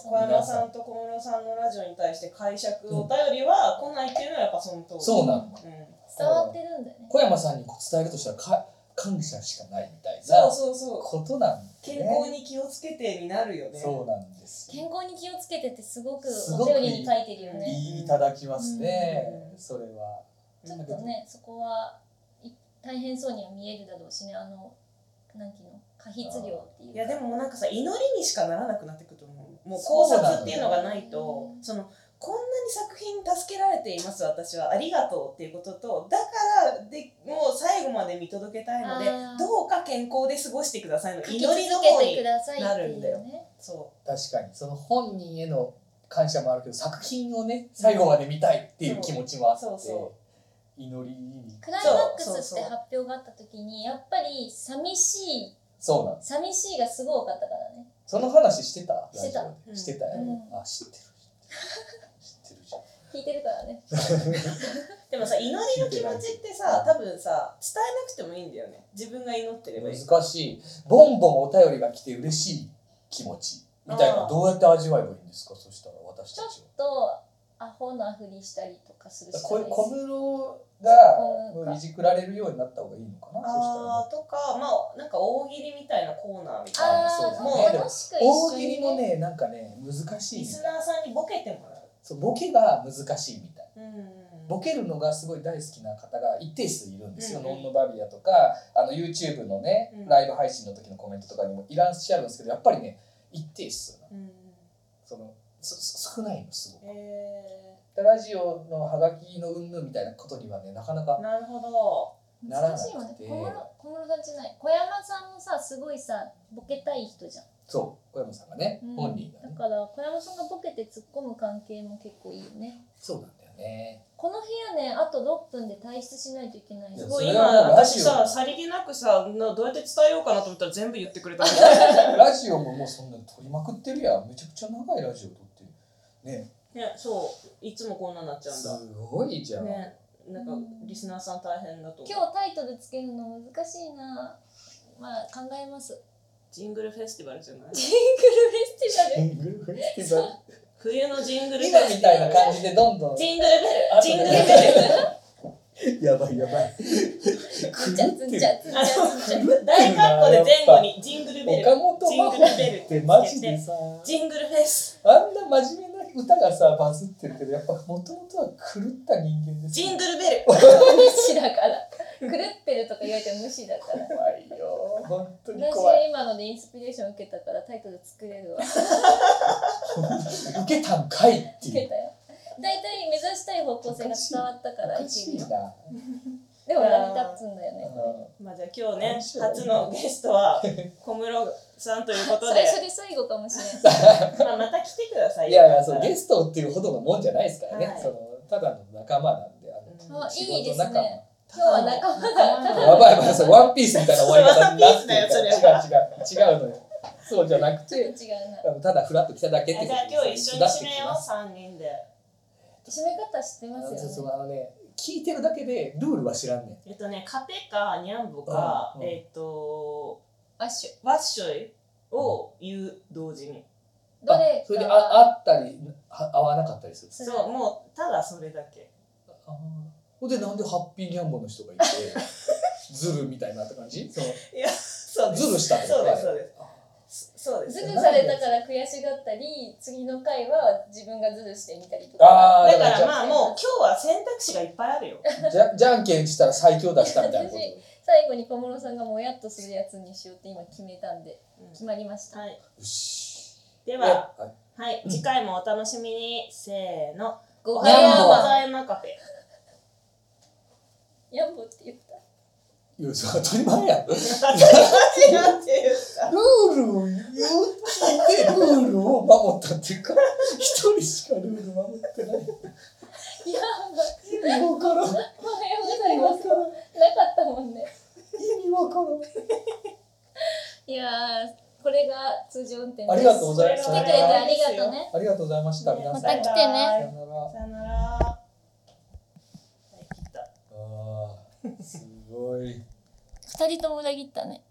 [SPEAKER 2] すね
[SPEAKER 3] から小
[SPEAKER 2] その
[SPEAKER 3] 山さんと小室さんのラジオに対して解釈お便りは来ないっていうのはやっぱその通り
[SPEAKER 1] そうなの
[SPEAKER 3] うん、
[SPEAKER 2] 伝わってるんだね
[SPEAKER 1] 小山さんに伝えるとしたらか感謝しかないみたい
[SPEAKER 3] そう
[SPEAKER 1] な
[SPEAKER 3] そうそう
[SPEAKER 1] ことなんで、ね、
[SPEAKER 3] 健康に気をつけてになるよね
[SPEAKER 1] そうなんですよ
[SPEAKER 2] 健康に気をつけてってすごく
[SPEAKER 1] すご
[SPEAKER 2] お
[SPEAKER 1] くいい
[SPEAKER 2] 便りに書いてるよね
[SPEAKER 1] いただきますね、
[SPEAKER 3] うん
[SPEAKER 1] それは。
[SPEAKER 2] ちょっとね、そこはい大変そうには見えるだろうしね、あの、なんていうの、過筆量っていうか。
[SPEAKER 3] いやでももうなんかさ祈りにしかならなくなってくると思うもう考
[SPEAKER 1] そうなの
[SPEAKER 3] 察っていうのがないと
[SPEAKER 2] うん
[SPEAKER 3] そのこんなに作品に助けられています私はありがとうっていうこととだからでもう最後まで見届けたいので
[SPEAKER 2] あー
[SPEAKER 3] どうか健康で過ごしてくださいの
[SPEAKER 2] 書
[SPEAKER 3] 祈
[SPEAKER 2] き
[SPEAKER 3] り
[SPEAKER 2] 続
[SPEAKER 3] の方
[SPEAKER 2] けてく
[SPEAKER 3] に
[SPEAKER 2] ださいっていう
[SPEAKER 3] 祈りの方になるんだよ
[SPEAKER 2] ね。
[SPEAKER 3] そう
[SPEAKER 1] 確かにその本人への感謝もあるけど作品をね最後まで見たいっていう気持ちもあって、
[SPEAKER 3] そうそうそ
[SPEAKER 1] 祈りに
[SPEAKER 2] クライマック
[SPEAKER 3] そう
[SPEAKER 2] ス
[SPEAKER 3] そ
[SPEAKER 2] っ
[SPEAKER 3] う
[SPEAKER 2] て
[SPEAKER 3] そう
[SPEAKER 2] 発表があった時に、やっぱり寂しい、
[SPEAKER 1] そうなんです
[SPEAKER 2] 寂しいがすごい多かったからね。
[SPEAKER 1] その話してた
[SPEAKER 2] してた
[SPEAKER 1] ラジオでしてたよ、
[SPEAKER 2] うん
[SPEAKER 1] あ知ってる知ってる知ってるじゃん
[SPEAKER 2] 聞いてるからね。
[SPEAKER 3] でもさ祈りの気持ちってさ多分さ伝えなくてもいいんだよね自分が祈ってればいい
[SPEAKER 1] 難しいボンボンお便りが来て嬉しい気持ちみたいなのどうやって味わえばいいんですかそしたら私
[SPEAKER 2] ち
[SPEAKER 1] た
[SPEAKER 2] ょっ
[SPEAKER 1] ちは
[SPEAKER 2] と、アホなふりしたりとかするしか
[SPEAKER 1] こ
[SPEAKER 2] ない
[SPEAKER 1] 小
[SPEAKER 2] です。
[SPEAKER 1] 室
[SPEAKER 2] うん
[SPEAKER 1] がいじくられるようになった方がいいのかなそしたら
[SPEAKER 3] あーとかまあなんか大喜利みたいなコーナーみたいな
[SPEAKER 2] あ
[SPEAKER 1] そう
[SPEAKER 2] あ、
[SPEAKER 1] だ
[SPEAKER 2] も
[SPEAKER 1] ね
[SPEAKER 2] う楽しく一緒
[SPEAKER 1] 大
[SPEAKER 2] に
[SPEAKER 1] 喜利もねなんかね難しい
[SPEAKER 3] リ
[SPEAKER 1] みたい
[SPEAKER 3] スナーさんにボケてもらう
[SPEAKER 1] そうボケが難しいみたい
[SPEAKER 3] うん
[SPEAKER 1] ボケるのがすごい大好きな方が一定数いるんですよ、
[SPEAKER 3] うん
[SPEAKER 1] ノンノバリアとかあの YouTube のね
[SPEAKER 3] うん
[SPEAKER 1] ライブ配信の時のコメントとかにもいらっしゃるんですけどやっぱりね一定数なの
[SPEAKER 3] うん
[SPEAKER 1] そのそそ少ないのすごく
[SPEAKER 3] え
[SPEAKER 1] でラジオのハガキの云々みたいなことにはねなかなか
[SPEAKER 3] ー、なるほど
[SPEAKER 1] ならな
[SPEAKER 2] 難
[SPEAKER 1] くて
[SPEAKER 2] しいよね小室小室さんじゃない小山さんもさすごいさボケたい人じゃん
[SPEAKER 1] そう小山さんがね、
[SPEAKER 2] うん
[SPEAKER 1] 本人がね
[SPEAKER 2] だから小山さんがボケて突っ込む関係も結構いいよね
[SPEAKER 1] そうなんだよね
[SPEAKER 2] この部屋ねあと6分で退出しないといけないの
[SPEAKER 1] いや
[SPEAKER 3] す
[SPEAKER 1] そ
[SPEAKER 3] ご
[SPEAKER 1] れ
[SPEAKER 3] い
[SPEAKER 1] は
[SPEAKER 3] 今
[SPEAKER 1] ラジ
[SPEAKER 3] 私
[SPEAKER 1] オ
[SPEAKER 3] ささりげなくさなどうやって伝えようかなと思ったら全部言ってく れた
[SPEAKER 1] ラジオももうそんな撮りまくってるやんめちゃくちゃ長いラジオ撮ってるね
[SPEAKER 3] ねそういつもこんなになっちゃうん
[SPEAKER 1] す
[SPEAKER 3] だ
[SPEAKER 1] ごいじゃん、
[SPEAKER 3] ねなんか
[SPEAKER 2] うん
[SPEAKER 3] リスナーさん大変だと思う
[SPEAKER 2] 今日タイトルつけるの難しいなまあ考えます
[SPEAKER 3] ジングルフェスティバルじゃない
[SPEAKER 2] ジングルフェスティバル
[SPEAKER 3] 冬のジングルフェ
[SPEAKER 1] 今み
[SPEAKER 3] ステ
[SPEAKER 1] た
[SPEAKER 3] ィ
[SPEAKER 1] い
[SPEAKER 3] バ
[SPEAKER 1] な
[SPEAKER 3] ル
[SPEAKER 1] 感じでどんどん
[SPEAKER 3] ジングルベルジングルベ
[SPEAKER 1] やばいやばい
[SPEAKER 2] つんちゃつんちゃつんちゃつんちゃ
[SPEAKER 3] ル大括弧で前後にジングルベル
[SPEAKER 1] 岡本
[SPEAKER 3] ジン
[SPEAKER 1] 真
[SPEAKER 3] グ
[SPEAKER 1] 帆
[SPEAKER 3] ルベルっ
[SPEAKER 1] ってて
[SPEAKER 3] つけて
[SPEAKER 1] マジでさ
[SPEAKER 3] ジングルフェス
[SPEAKER 1] あんな真面目な歌がさバズってるけどやっぱもともとは狂った人間です
[SPEAKER 3] ジン
[SPEAKER 1] グ
[SPEAKER 3] グルベル
[SPEAKER 2] 無視だから狂ってるとか言われて無視だから
[SPEAKER 1] 怖いよ本当に怖い
[SPEAKER 2] 私今のでインスピレーション受けたからタイトル作れるわ
[SPEAKER 1] 受けたんかいって
[SPEAKER 2] つ
[SPEAKER 1] い
[SPEAKER 2] け
[SPEAKER 1] う
[SPEAKER 2] たよ大体目指したい方向性が伝わったから
[SPEAKER 1] お
[SPEAKER 2] い
[SPEAKER 1] かし
[SPEAKER 2] ける
[SPEAKER 1] い
[SPEAKER 2] よ
[SPEAKER 1] な
[SPEAKER 2] でも成り立つんだよね
[SPEAKER 3] まあじゃあ今日ね
[SPEAKER 1] 面白い
[SPEAKER 3] 初のゲストは小室さんということで
[SPEAKER 2] 最初で最後かもしれない
[SPEAKER 3] まあまた来てくださ
[SPEAKER 1] うん
[SPEAKER 3] い
[SPEAKER 1] い
[SPEAKER 3] よ
[SPEAKER 1] やいやそうゲ
[SPEAKER 3] ス
[SPEAKER 1] ストっていうほどのもんじゃないですからね、
[SPEAKER 3] はい
[SPEAKER 1] そのただの仲間なんであの
[SPEAKER 2] あ
[SPEAKER 1] 仕
[SPEAKER 2] いいで
[SPEAKER 1] 事
[SPEAKER 2] す
[SPEAKER 1] 仲間
[SPEAKER 2] ね今日は仲間だただ
[SPEAKER 1] やばいやばいそうワンピースみたいな終わり方になってるから
[SPEAKER 3] ワン
[SPEAKER 1] 違う違う違うのよそうじゃなく
[SPEAKER 2] ちょってと違うな
[SPEAKER 1] あのただフラッと来ただけって
[SPEAKER 3] じゃあ今日一緒に締めよう三人で
[SPEAKER 2] 締め方知って
[SPEAKER 1] あ
[SPEAKER 2] ま
[SPEAKER 1] のそう
[SPEAKER 2] す
[SPEAKER 1] そ
[SPEAKER 2] よ
[SPEAKER 1] う
[SPEAKER 2] ね
[SPEAKER 1] あのね聞いてるだけでルールは知らんねん
[SPEAKER 3] えっとねカペかニャンボか
[SPEAKER 1] うんうん
[SPEAKER 3] えっと
[SPEAKER 2] アッシュ
[SPEAKER 3] ワッショイを言う同時に
[SPEAKER 2] ど
[SPEAKER 1] あ
[SPEAKER 2] れ
[SPEAKER 1] それで
[SPEAKER 2] か
[SPEAKER 1] あ会ったりは会わなかったりする
[SPEAKER 2] それ
[SPEAKER 3] そうもうただそれだけ
[SPEAKER 1] あーほんでなんでハッピーギャンボの人が いてズルみたいなって感じその
[SPEAKER 3] いやそうです
[SPEAKER 1] ズルしたって
[SPEAKER 3] そうですそうですそうです
[SPEAKER 2] ズルされたから悔しがったり次の回は自分がズルしてみたりとか
[SPEAKER 1] あー
[SPEAKER 3] だか
[SPEAKER 1] じゃ
[SPEAKER 3] らまあもう今日は選択肢がいっぱいあるよ。
[SPEAKER 1] あじゃじゃんけんしたら最強出したみたい なこと
[SPEAKER 2] 私最後に小室さんがもやっとするやつにしようって今決めたんで決まりました
[SPEAKER 3] はい。
[SPEAKER 1] よし
[SPEAKER 3] で
[SPEAKER 1] いや
[SPEAKER 3] は、
[SPEAKER 1] はい
[SPEAKER 3] はい、次回もお楽しみに。せーの。お
[SPEAKER 2] ご
[SPEAKER 3] はよ
[SPEAKER 2] はよ
[SPEAKER 3] うご
[SPEAKER 2] うご
[SPEAKER 3] ざ
[SPEAKER 2] ざい
[SPEAKER 3] いまカフェ。
[SPEAKER 2] ますやんぼって言った
[SPEAKER 1] いやそれ当たり前やん
[SPEAKER 3] なんて言った
[SPEAKER 1] ルールを言うってルールを守ったっていう か一人しかルール守ってない
[SPEAKER 2] いや
[SPEAKER 1] 意味わからん意
[SPEAKER 2] おはようござい
[SPEAKER 1] 味
[SPEAKER 2] ま
[SPEAKER 1] わ
[SPEAKER 2] す
[SPEAKER 1] からん
[SPEAKER 2] なかったもんね
[SPEAKER 1] 意味わからん
[SPEAKER 2] いやーこれが通常運転です
[SPEAKER 1] ありがとうございます
[SPEAKER 2] 来てくれてありがとうね
[SPEAKER 1] ありがとうございました皆さん
[SPEAKER 2] また来てね
[SPEAKER 1] さよなら
[SPEAKER 3] さよなら。はい、切った。
[SPEAKER 1] あーすごい
[SPEAKER 2] 二人とも裏切ったね